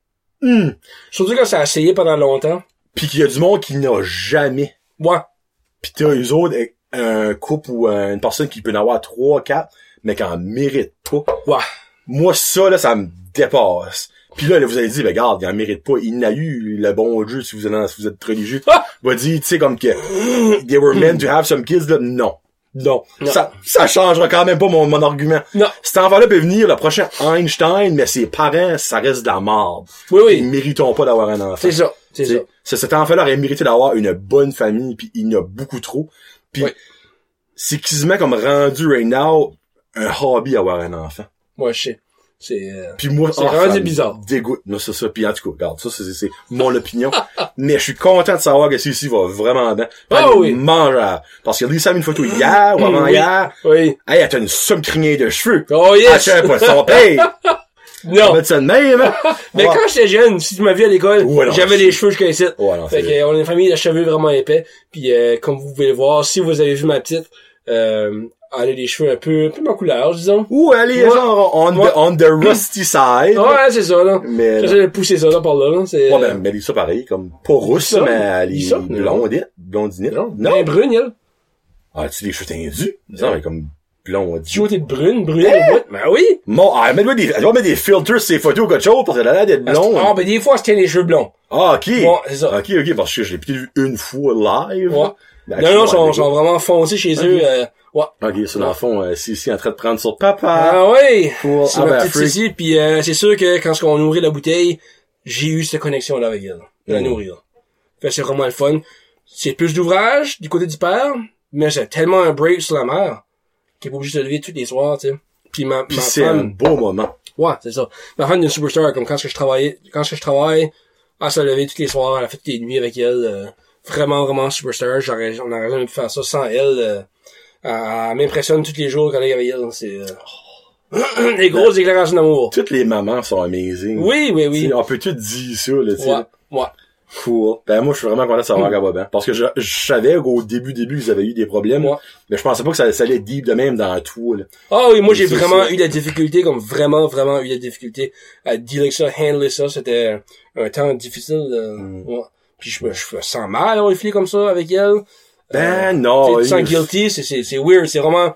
hmm.
Surtout quand ça a essayé pendant longtemps.
Puis qu'il y a du monde qui n'a jamais.
Ouais.
Puis t'as eux autres, un couple ou une personne qui peut en avoir trois, quatre, mais qui en mérite pas.
Ouais.
Moi, ça, là, ça me dépasse. Puis là, là, vous allez dire, ben, regarde, il en mérite pas. Il n'a eu le bon Dieu, si vous êtes, si vous êtes religieux.
Ah!
Va dire, tu sais, comme que, they were meant to have some kids, là. Non. Non.
Non.
Ça, ça changera quand même pas mon, mon argument.
Non.
Cet enfant-là peut venir le prochain Einstein, mais ses parents, ça reste de la merde.
Oui,
Ils
oui.
méritent pas d'avoir un enfant.
C'est ça. C'est ça.
T'sais, Mm. c'est- cet enfant-là aurait mérité d'avoir une bonne famille, puis il y en a beaucoup trop. Puis
Ouais.
c'est quasiment comme rendu right now un hobby avoir un enfant.
Moi, je sais. C'est... euh,
Puis moi,
C'est rendu
ça me
bizarre.
Dégoûte. Non, c'est ça. Puis en tout cas, regarde, ça, c'est- c'est c'est mon opinion. <laughs> Mais je suis content de savoir que celui-ci va vraiment bien.
Ah oui. Mm,
Mangeur. Parce que lui, ça a mis une photo hier ou avant
Oui.
hier.
Oui.
Hey, elle a une somme crignée de
<laughs>
cheveux.
Oh
Elle
yes!
tient pas son paye. Ah, On
non!
va dire ça de même. hein.
<laughs> Mais
Ouais.
quand j'étais jeune, si tu m'as vu à l'école,
Ouais, non,
j'avais
c'est-
les cheveux jusqu'à ici.
Ouais, non,
Fait
c'est-
que, on est une famille de cheveux vraiment épais. Puis euh, comme vous pouvez le voir, si vous avez vu ma petite, euh, elle a des cheveux un peu, peu ma couleur, disons.
Ouh, elle est
Ouais.
genre on,
Ouais.
the, on the rusty side.
Ouais, c'est ça, là.
Mais
J'essaie de pousser ça, là, par là, là. C'est, euh,
Ouais, ben, mais elle est ça pareil, comme, pas rousse,
ça,
mais elle
il
est
ça,
blondette, blondinette.
non,
Non?
Ben, brune, elle.
Ah, tu les cheveux tendus? Non, elle est comme blonde.
Tu vois, t'es brune, brunette, ou what? Ben oui!
Mon, ah, elle met des, elle doit mettre des filters sur ses photos ou quelque chose parce qu'elle a l'air d'être
Ah,
blonde.
ben, des fois, c'était les cheveux blonds.
Ah, ok.
Ouais, c'est ça.
Ok, ok, parce que je l'ai peut-être vu une fois live.
Ah, Ouais.
Ben,
non, non,
actuellement,
ils sont,
elle
sont vraiment foncés chez eux. euh, ouais.
est- Ok, ça, dans le fond, euh, c'est ici en train de prendre sur papa.
Ah oui!
Pour
C'est
ah,
ma
ben,
petite
freak.
Sissi, puis euh, c'est sûr que quand on nourrit la bouteille, j'ai eu cette connexion-là avec elle, la
Mm.
nourrir. Fait que c'est vraiment le fun. C'est plus d'ouvrage du côté du père, mais c'est tellement un break sur la mère qu'elle est pas obligée de se lever tous les soirs, tu sais. Puis ma,
Puis
ma
c'est un
femme,
beau moment.
ouais, c'est ça. Ma femme est une superstar, comme quand ce que je travaillais, quand ce que je travaille, elle se levait tous les soirs, elle a fait toutes les nuits avec elle. euh, vraiment, vraiment superstar. J'aurais, on aurait jamais pu faire ça sans elle. euh, elle, elle m'impressionne tous les jours quand elle est avec elle. C'est euh, <clears throat> des grosses déclarations d'amour.
Toutes les mamans sont amazing.
Oui, oui,
Tu
oui.
sais, on peut tout dire ça, là, tu sais.
Ouais, Mm. ouais.
Cool. Ben moi, je suis vraiment content de savoir qu'elle va bien. Parce que je, je savais qu'au début, début, vous avez eu des problèmes.
Ouais.
Mais je pensais pas que ça, ça allait être deep de même dans tout. Là.
Ah oui, moi j'ai
C'est
vraiment
ça.
eu de la difficulté, comme vraiment, vraiment eu de la difficulté à dealer avec ça, handler ça. C'était un temps difficile. euh,
Mm.
ouais. Puis je me, je me sens mal à filer comme ça avec elle.
Ben
Tu sais,
non.
tu te sens
il-
Euh, guilty, c'est, c'est, c'est weird. C'est vraiment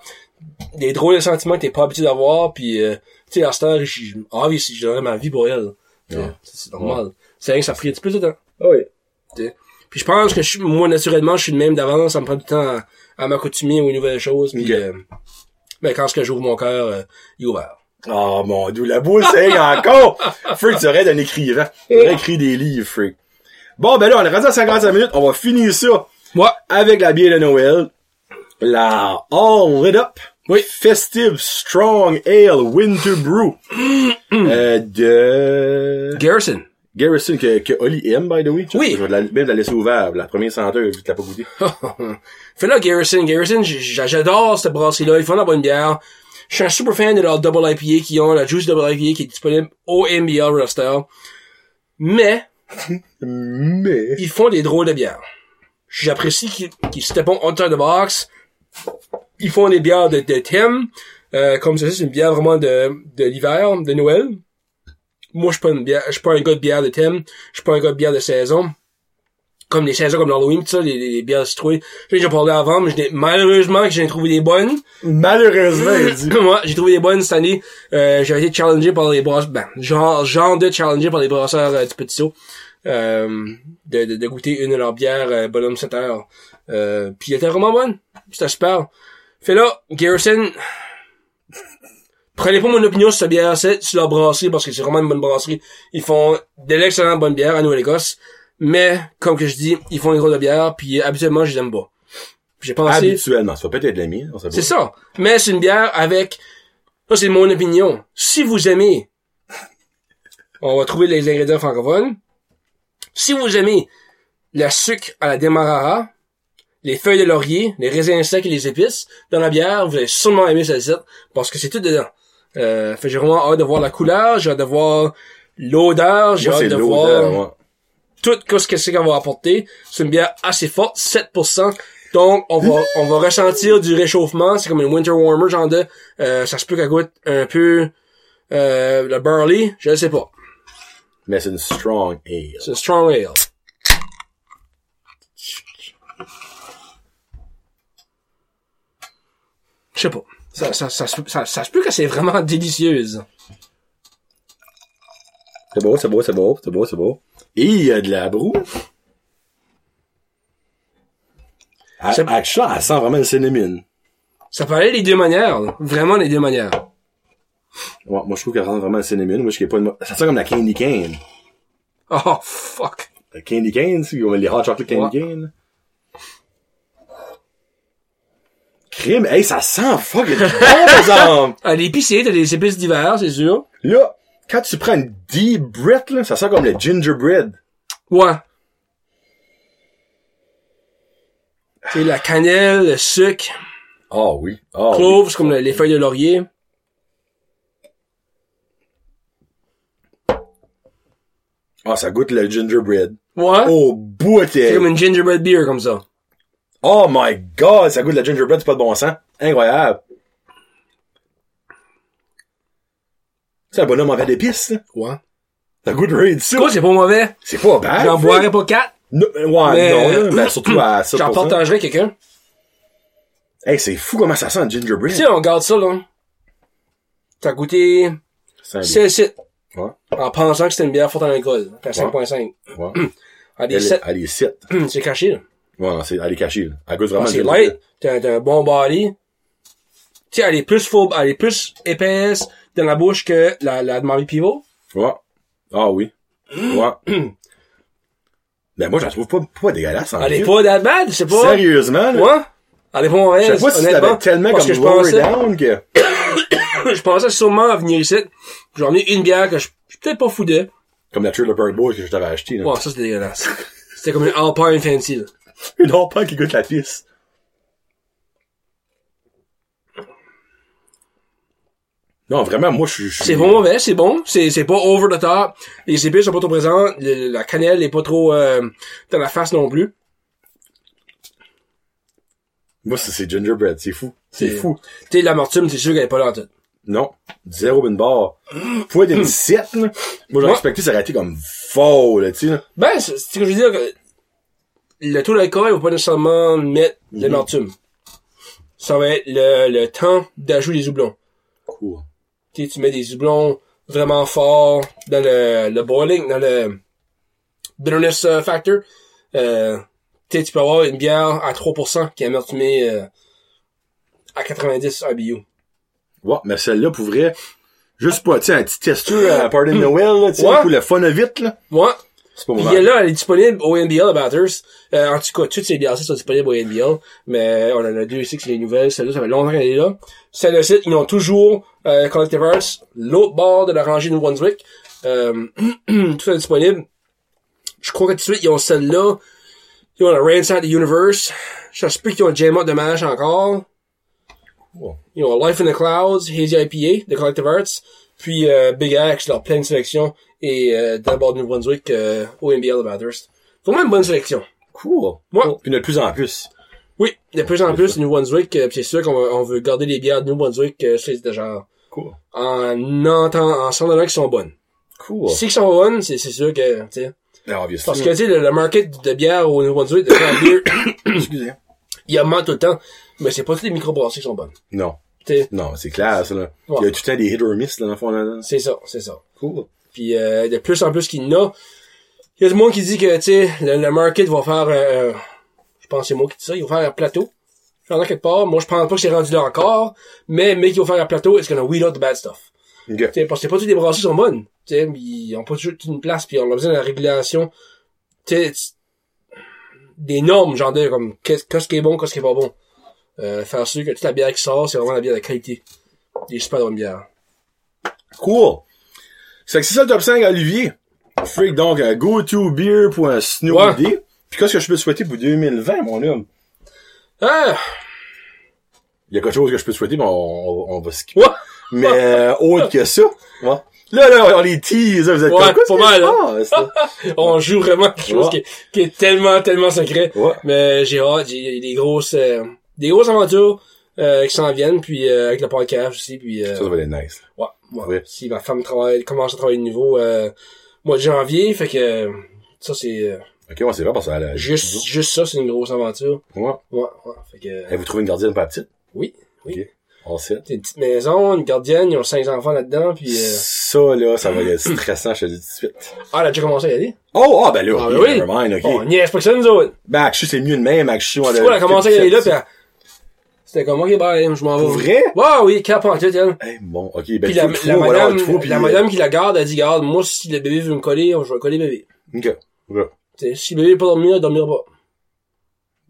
des drôles de sentiments que t'es pas habitué d'avoir. Puis, euh, tu sais, à cette heure, je, obviously, je donnerais ma vie pour elle. hein. Tu sais, C'est, normal. C'est rien que ça a pris un petit peu de temps.
Ah oui.
tu sais. Puis je pense que je suis- moi, naturellement, je suis le même d'avance. Ça me prend du temps à, à m'accoutumer aux nouvelles choses. Puis,
Ok.
euh, ben, quand ce que j'ouvre mon cœur, euh, il est ouvert.
Oh mon dieu, la boule c'est encore! Freak, tu aurais d'un écrivain. Tu aurais écrit des livres, Freak. Bon, ben là, on est rendu à 55 minutes, on va finir ça
Moi,
avec la bière de Noël. La All Lit Up.
Oui.
Festive Strong Ale Winter Brew.
Mm-hmm.
euh, de...
Garrison.
Garrison, que, que Oli aime, by the way. Tu-
Oui.
Je vais la- même la laisser ouverte, la première senteur, vu que t'as pas goûté.
Fais là, Garrison. Garrison, j- j- j'adore cette brasserie-là. Ils font de la bonne bière. Je suis un super fan de leur double IPA qui ont, la juice double IPA qui est disponible au MBL Roster. Mais,
Mais...
ils font des drôles de bières. J'apprécie qu'ils qu'ils se tapent on the box. Ils font des bières de, de thème. Euh, comme ça, c'est une bière vraiment de, de l'hiver, de Noël. Moi, je suis pas une bière, je suis pas un gars de bière de thème. Je suis pas un gars de bière de saison. Comme les saisons comme l'Halloween, tout ça, les, les- les bières de citrouille. J'ai déjà parlé avant, mais je n'ai- malheureusement que j'ai trouvé des bonnes.
Malheureusement, il dit.
Moi, j'ai trouvé des bonnes cette année. Euh, j'ai été challengé par les brasseurs, ben, genre, genre de challengé par les brasseurs euh, du Petit Saut. Euh, de, de, de goûter une de leurs bières euh, Bonhomme 7 heures. Euh, puis elle était vraiment bonne. C'était super. Fait là, Garrison, prenez pas mon opinion sur cette bière, c'est sur leur brasserie, parce que c'est vraiment une bonne brasserie. Ils font de l'excellente bonne bière à Nouvelle-Écosse. Mais, comme que je dis, ils font des gros de bière, puis euh, habituellement, je les aime pas. Puis J'ai pensé...
Habituellement, ça va peut-être être la mienne, on sait pas.
C'est ça. Mais c'est une bière avec... Ça, c'est mon opinion. Si vous aimez, on va trouver les ingrédients francophones. Si vous aimez la sucre à la demarara, les feuilles de laurier, les raisins secs et les épices dans la bière, vous allez sûrement aimer celle-ci parce que c'est tout dedans. Euh, fait, j'ai vraiment hâte de voir la couleur, j'ai hâte de voir l'odeur, j'ai
Moi,
hâte
c'est
de
l'odeur,
voir
moi.
tout ce que c'est qu'on va apporter. C'est une bière assez forte, 7%. Donc, on va, on va ressentir du réchauffement. C'est comme une winter warmer, genre de, euh, ça se peut qu'elle goûte un peu, euh, le barley. Je ne sais pas.
Mais c'est une strong ale.
C'est une strong ale. Je sais pas. Ça, ça, ça, se- ça, ça se peut que c'est vraiment <laughs> délicieuse.
C'est beau, c'est beau, c'est beau, c'est beau, c'est beau. Et il y a de la broue. À,
C'est-
action, Ah, elle sent vraiment le cinnamon.
Ça peut aller des deux manières, là. Vraiment des deux manières.
Ouais, moi, je trouve qu'elle sent vraiment le cinnamon. Moi, je sais pas une... Ça sent comme la candy cane.
Oh, fuck.
La candy cane, c'est comme les hot chocolate candy cane. Crime, hey, ça sent fucking bon, <laughs> par exemple.
À Ah, l'épicerie, t'as des épices d'hiver, c'est sûr.
Là, quand tu prends une deep breath, là, ça sent comme le gingerbread.
Ouais. C'est la cannelle, le sucre,
Ah oui, ah oui.
cloves, c'est comme le- les feuilles de laurier.
Ah, ça goûte le gingerbread.
Ouais.
Oh, bout,
C'est comme une gingerbread beer comme ça.
Oh my god, ça goûte de la gingerbread, c'est pas de bon sens. Incroyable. C'est un bonhomme en fait d'épices, là.
Ouais.
Ça goûte raid ça.
Quoi, c'est pas mauvais.
C'est pas bad.
J'en
Fred.
boirais pas quatre.
No- ouais,
Mais- euh,
non, là, mais surtout à ça.
J'en partagerais quelqu'un.
Hey, c'est fou comment ça sent le
Tu
gingerbread.
sais, on garde ça, là. T'as goûté
C'est un-
16 sites
Ouais.
en pensant que c'était une bière forte en alcool. T'as 5.5.
ouais.
À des
Elle,
7,
est- elle est 7.
c'est caché, là.
Ouais, non, c'est, elle est cachée, là. Elle goûte vraiment
Ah, c'est
le
light. T'as t'as un bon body. Tu sais, elle est plus faux, elle est plus épaisse dans la bouche que la, la de Marie Pivot.
Ouais. Ah oui. Ouais.
<clears throat>
ben moi, j'en trouve pas, pas dégueulasse en
Elle est
fait.
pas that bad, c'est pas.
Sérieusement, là.
Ouais. Elle est pas mauvaise.
Je sais pas si
honnêtement,
t'avais tellement comme
parce
hein.
que je
lower
pensais,
down que...
<laughs> je pensais sûrement à venir ici. J'ai emmené une bière que je, je suis peut-être pas fou de.
Comme la Trailer Park Boys que je t'avais acheté, là.
Bon, ça c'était dégueulasse. C'était comme une Alpine Fancy, là.
<laughs> Une harpin qui goûte la pisse. Non, vraiment, moi, je suis... je suis-
C'est pas mauvais, c'est bon. C'est, c'est pas over the top. Les épices sont pas trop présentes. le- la cannelle est pas trop, euh, dans la face non plus.
Moi, c'est, c'est gingerbread, c'est fou. C'est
C'est-
fou.
Tu sais, l'amertume, c'est sûr qu'elle est pas là en tout.
Non, zéro une barre. Faut être une 7, là. Moi, j'aurais
Hmm. Ouais.
expecté ça raté comme faux, là, tu sais. là.
Ben, c'est c'est ce que je veux dire. que Le taux d'alcool va pas nécessairement mettre
Mm-hmm.
l'amertume. Ça va être le, le temps d'ajout des houblons.
Cool.
Tu sais, tu mets des houblons vraiment forts dans le, le boiling, dans le bitterness euh, factor. Euh, tu sais, tu peux avoir une bière à 3% qui est amertumée euh, à 90 RBU.
Ouais, mais celle-là, pour vrai, juste pas, tu sais, un petit testeur à la party de Noël, là, tu sais,
Hmm. Ouais.
pour le fun à vite, là.
Ouais.
C'est pas
Puis
mal.
elle, là, elle est disponible au NBL à Batters. Euh, en tout cas, toutes ces bières-là sont disponibles au NBL. Mais on en a deux ici qui sont les nouvelles. Celle-là, ça fait longtemps qu'elle est là. Celle le site, ils ont toujours euh, Collective Arts, l'autre bord de la rangée de New Brunswick. Euh, <clears throat> tout est disponible. Je crois que tout de suite, ils ont celle-là. Ils ont la Ransack the Universe. Je sais plus qu'ils ont Jam Up de Mash encore.
Ouais.
Ils ont Life in the Clouds, Hazy IPA, de Collective Arts, puis euh, Big Axe, leur pleine sélection, et euh, dans le bord du Brunswick, euh, au NBL de Bathurst. Vraiment une bonne sélection.
Cool.
Ouais.
Puis il y en a de plus en plus.
Oui, de plus en plus, New Brunswick, euh, puis c'est sûr qu'on veut- on veut garder les bières de New Brunswick euh, sur les étagères.
Cool.
En entend, en s'entendant qu'ils sont bonnes.
Cool.
Si elles sont bonnes, c'est c'est sûr que, tu sais.
Ben, obviously.
Parce que, tu sais, le, le market de bière au New Brunswick, de craft beer,
Excusez.
<coughs> il augmente tout le temps. Mais c'est pas toutes les microbrasseries qui sont bonnes.
Non.
Tu sais,
Non, c'est clair, ça, là.
Ouais.
Il y a tout le temps des hit or miss, là, dans le fond, là. là.
c'est ça, c'est ça.
Cool.
Puis euh, de plus en plus qu'il y en a. Il y a du monde qui dit que tu sais, le, le market va faire euh, je pense que c'est moi qui dis ça, ils vont faire un plateau. J'en ai quelque part. Moi je pense pas que c'est rendu là encore, mais mais qu'ils vont faire un plateau, it's gonna weed out the bad stuff.
Ok.
Tu sais, parce que c'est pas toutes les brasseries qui sont bonnes. Tu sais, ils ont pas toujours toute une place, puis on a besoin de la régulation. Tu sais, t's- des normes, genre de comme qu'est- qu'est-ce qui est bon, qu'est-ce qui est pas bon. Euh, faire sûr que toute la bière qui sort, c'est vraiment la bière de qualité. Des super bonnes bières.
Cool. C'est que c'est ça le top 5 à Olivier. Freak, donc, un go-to beer pour un snow
Ouais.
day. Puis qu'est-ce que je peux te souhaiter pour 2020, mon homme?
Ah!
Il y a quelque chose que je peux te souhaiter, mais on, on, on va skipper.
Ouais!
Mais euh, autre que ça, ouais. là, là, on les tease, hein, vous êtes
Ouais,
comme, Qu'est-ce
pas mal,
qui se
hein.
passe,
<laughs>
là?
On joue vraiment quelque chose
Ouais.
qui, est, qui est tellement, tellement secret.
Ouais.
Mais j'ai hâte, j'ai des grosses, euh, des grosses aventures euh, qui s'en viennent, puis euh, avec le podcast aussi, puis euh,
Ça, ça va être nice.
ouais, ouais.
Ouais.
Si ma femme travaille, commence à travailler de nouveau euh, mois de janvier, fait que euh, ça c'est euh,
Ok, ouais, c'est vrai, parce que elle a-
juste, juste ça, c'est une grosse aventure.
Ouais.
Ouais, ouais. Fait que euh,
Et vous trouvez une gardienne pas petite?
oui, oui.
Ok. On sait.
C'est une petite maison, une gardienne, ils ont cinq enfants là-dedans, puis euh,
Ça, là, ça va être stressant, je te le dis tout de suite.
ah, elle a déjà commencé à y aller.
Oh, ah, ben là,
Ah,
ok,
ben oui.
never mind, ok.
Bon, niaise pas que ça nous autres.
Ben, Akshu, c'est mieux de même, Akshu. on
Tu vois, elle a commencé à y aller là,
tout
puis
de
elle- c'était comme ok, bye, je m'en vais.
suite. Vrai?
Ouais, oui, cap en tête, elle.
Eh, bon, ok, ben,
Puis
tu
la,
le
la
trouves, voilà, on
madame,
le trouve, puis,
la
euh,
madame qui la garde, elle dit, garde, moi, si le bébé veut me coller, je vais coller bébé.
euh, Ok. Ouais.
T'sais, si le bébé n'est pas dormi, il dormira pas. Y a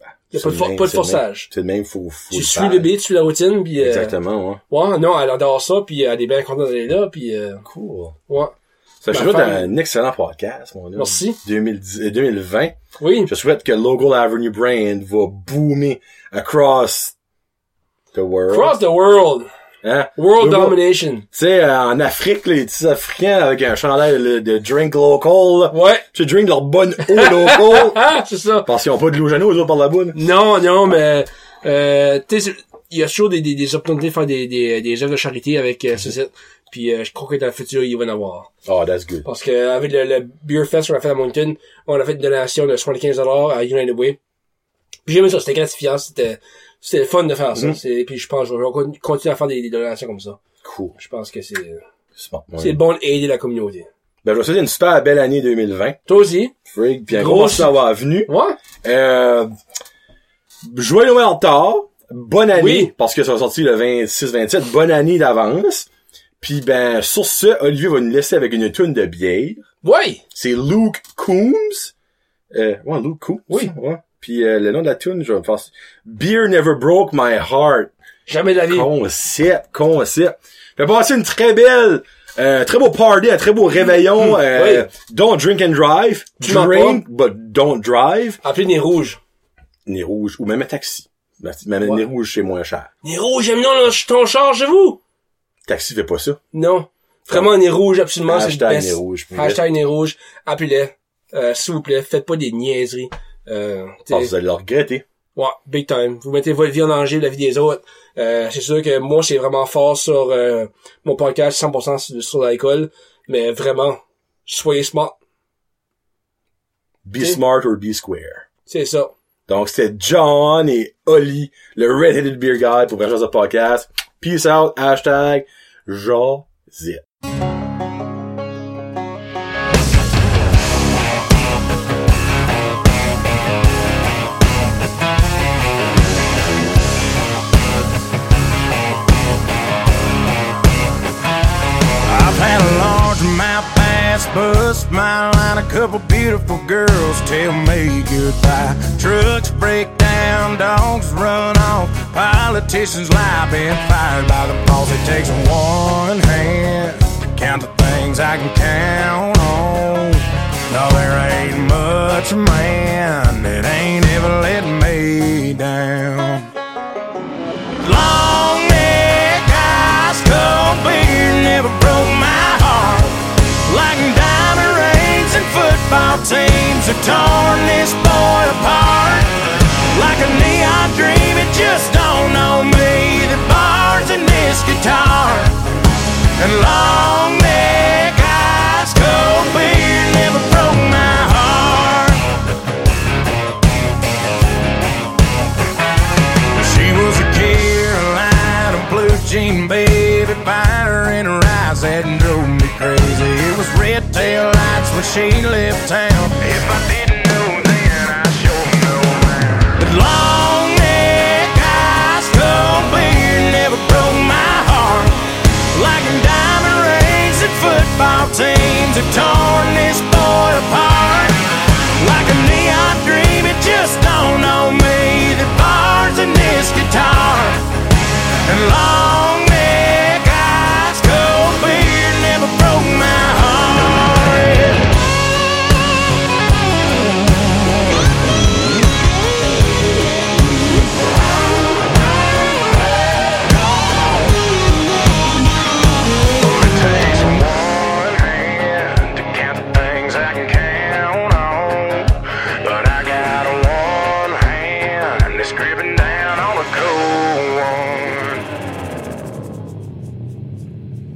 Bah, C'est
pas de,
le
for-
même,
pas de
c'est le même.
forçage.
C'est le même, faut, faut.
Tu
le
suis
faire.
le bébé, tu suis la routine, puis euh,
Exactement, ouais.
ouais, non, elle adore ça, puis euh, elle est bien contente d'aller là, puis euh,
Cool.
ouais.
Ça, je
Ma
te souhaite
femme-
un excellent podcast, mon homme.
Merci.
2010 euh, 2020.
Oui,
Je souhaite que Local Avenue Brand va boomer across the world.
cross the world,
Hein?
world
Le monde-
domination.
Tu sais, euh, en Afrique, là, les petits Africains avec un chandail de, de drink local, là.
Ouais,
tu drink leur bonne eau local.
<laughs> ah, c'est ça.
Parce qu'ils ont pas de l'eau jaune aux autres par la boune.
Non, non, mais euh, tu sais, il y a toujours des, des, des opportunités de faire des, des, des œuvres de charité avec euh, ce site, puis euh, je crois que dans le futur, il va en avoir.
Oh, that's good.
Parce que euh, avec le, le Beer Fest qu'on a fait à Moncton, on a fait une donation de 75$ à United Way. Puis j'aimais ça, c'était gratifiant, c'était c'était le fun de faire ça.
Mhm.
C'est- Puis je pense que je vais con- continuer à faire des, des donations comme ça.
Cool.
Je pense que c'est
Smart. Ouais.
c'est bon d'aider la communauté.
Ben, je vous souhaite une super belle année 2020.
Toi aussi?
Frig, puis un
Gros
gros
merci.
savoir venu.
Ouais?
Euh, joyeux Noël en retard. Bonne année.
Oui.
Parce que ça va sortir le 26-27. Bonne année d'avance. Puis ben, sur ce, Olivier va nous laisser avec une toune de bière.
Ouais!
C'est Luke Coombs. Euh, ouais, Luke Coombs.
Oui.
Ouais. Puis euh, le nom de la toune, je vais me faire... Beer never broke my heart.
Jamais de la vie.
Concept, concept. Fait passer une très belle, euh, très beau party, un très beau réveillon. euh, Don't drink and drive.
Mm-hmm. Tu mens
Drink, but don't drive
Appelez Nez Rouge.
nez rouge ou même un taxi. Ma- Même un
Ouais.
nez rouge, c'est moins cher.
Nez Rouge, j'aime non, là, je suis ton char chez vous!
Taxi fait pas ça.
Non. Vraiment, Nez Rouge, absolument, c'est le
Hashtag
best.
nez rouge. pour vrai.
Hashtag Nez Rouge. Appelez-les. Euh, S'il vous plaît, faites pas des niaiseries. Euh,
Parce
t'sais-
que vous allez le regretter.
Ouais, big time. Vous mettez votre vie en danger, la vie des autres. Euh, c'est sûr que moi, c'est vraiment fort sur euh, mon podcast 100% sur, sur l'alcool. Mais vraiment, soyez smart.
Be
T'sais.
smart or be square.
C'est ça.
Donc, c'était John et Oli, le Red-Headed Beer Guy pour Vengeance de Podcast. Peace out. Hashtag Jazit.
couple beautiful girls tell me goodbye. Trucks break down, dogs run off, politicians lie, being fired by the boss. It takes one hand to count the things I can count on. No, there ain't much man that ain't ever let me down. Long neck eyes, cold beer never broke my heart. Like diamond rings and football teams have torn this boy apart. Like a neon dream, it just don't know me. The bars and this guitar. And long neck eyes, cold beer never broke my heart. She was a Carolina blue jean baby, fire in her eyes that drove me crazy. It was red tail lights when she left town. If I didn't know then, I sure know now. But long neck eyes, cold beer never broke my heart. Like diamond rings and football teams have torn this boy apart. Like a neon dream, it just dawned on me. The bars and this guitar and long neck eyes, cold beer never broke my heart. Yeah.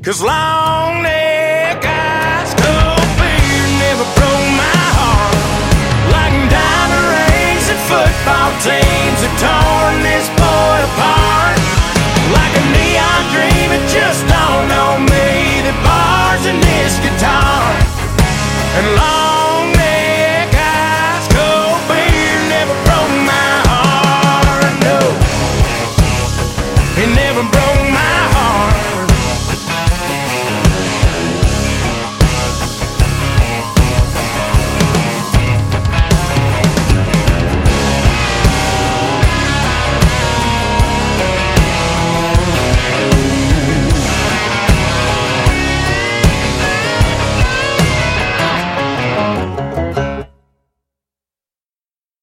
Cause long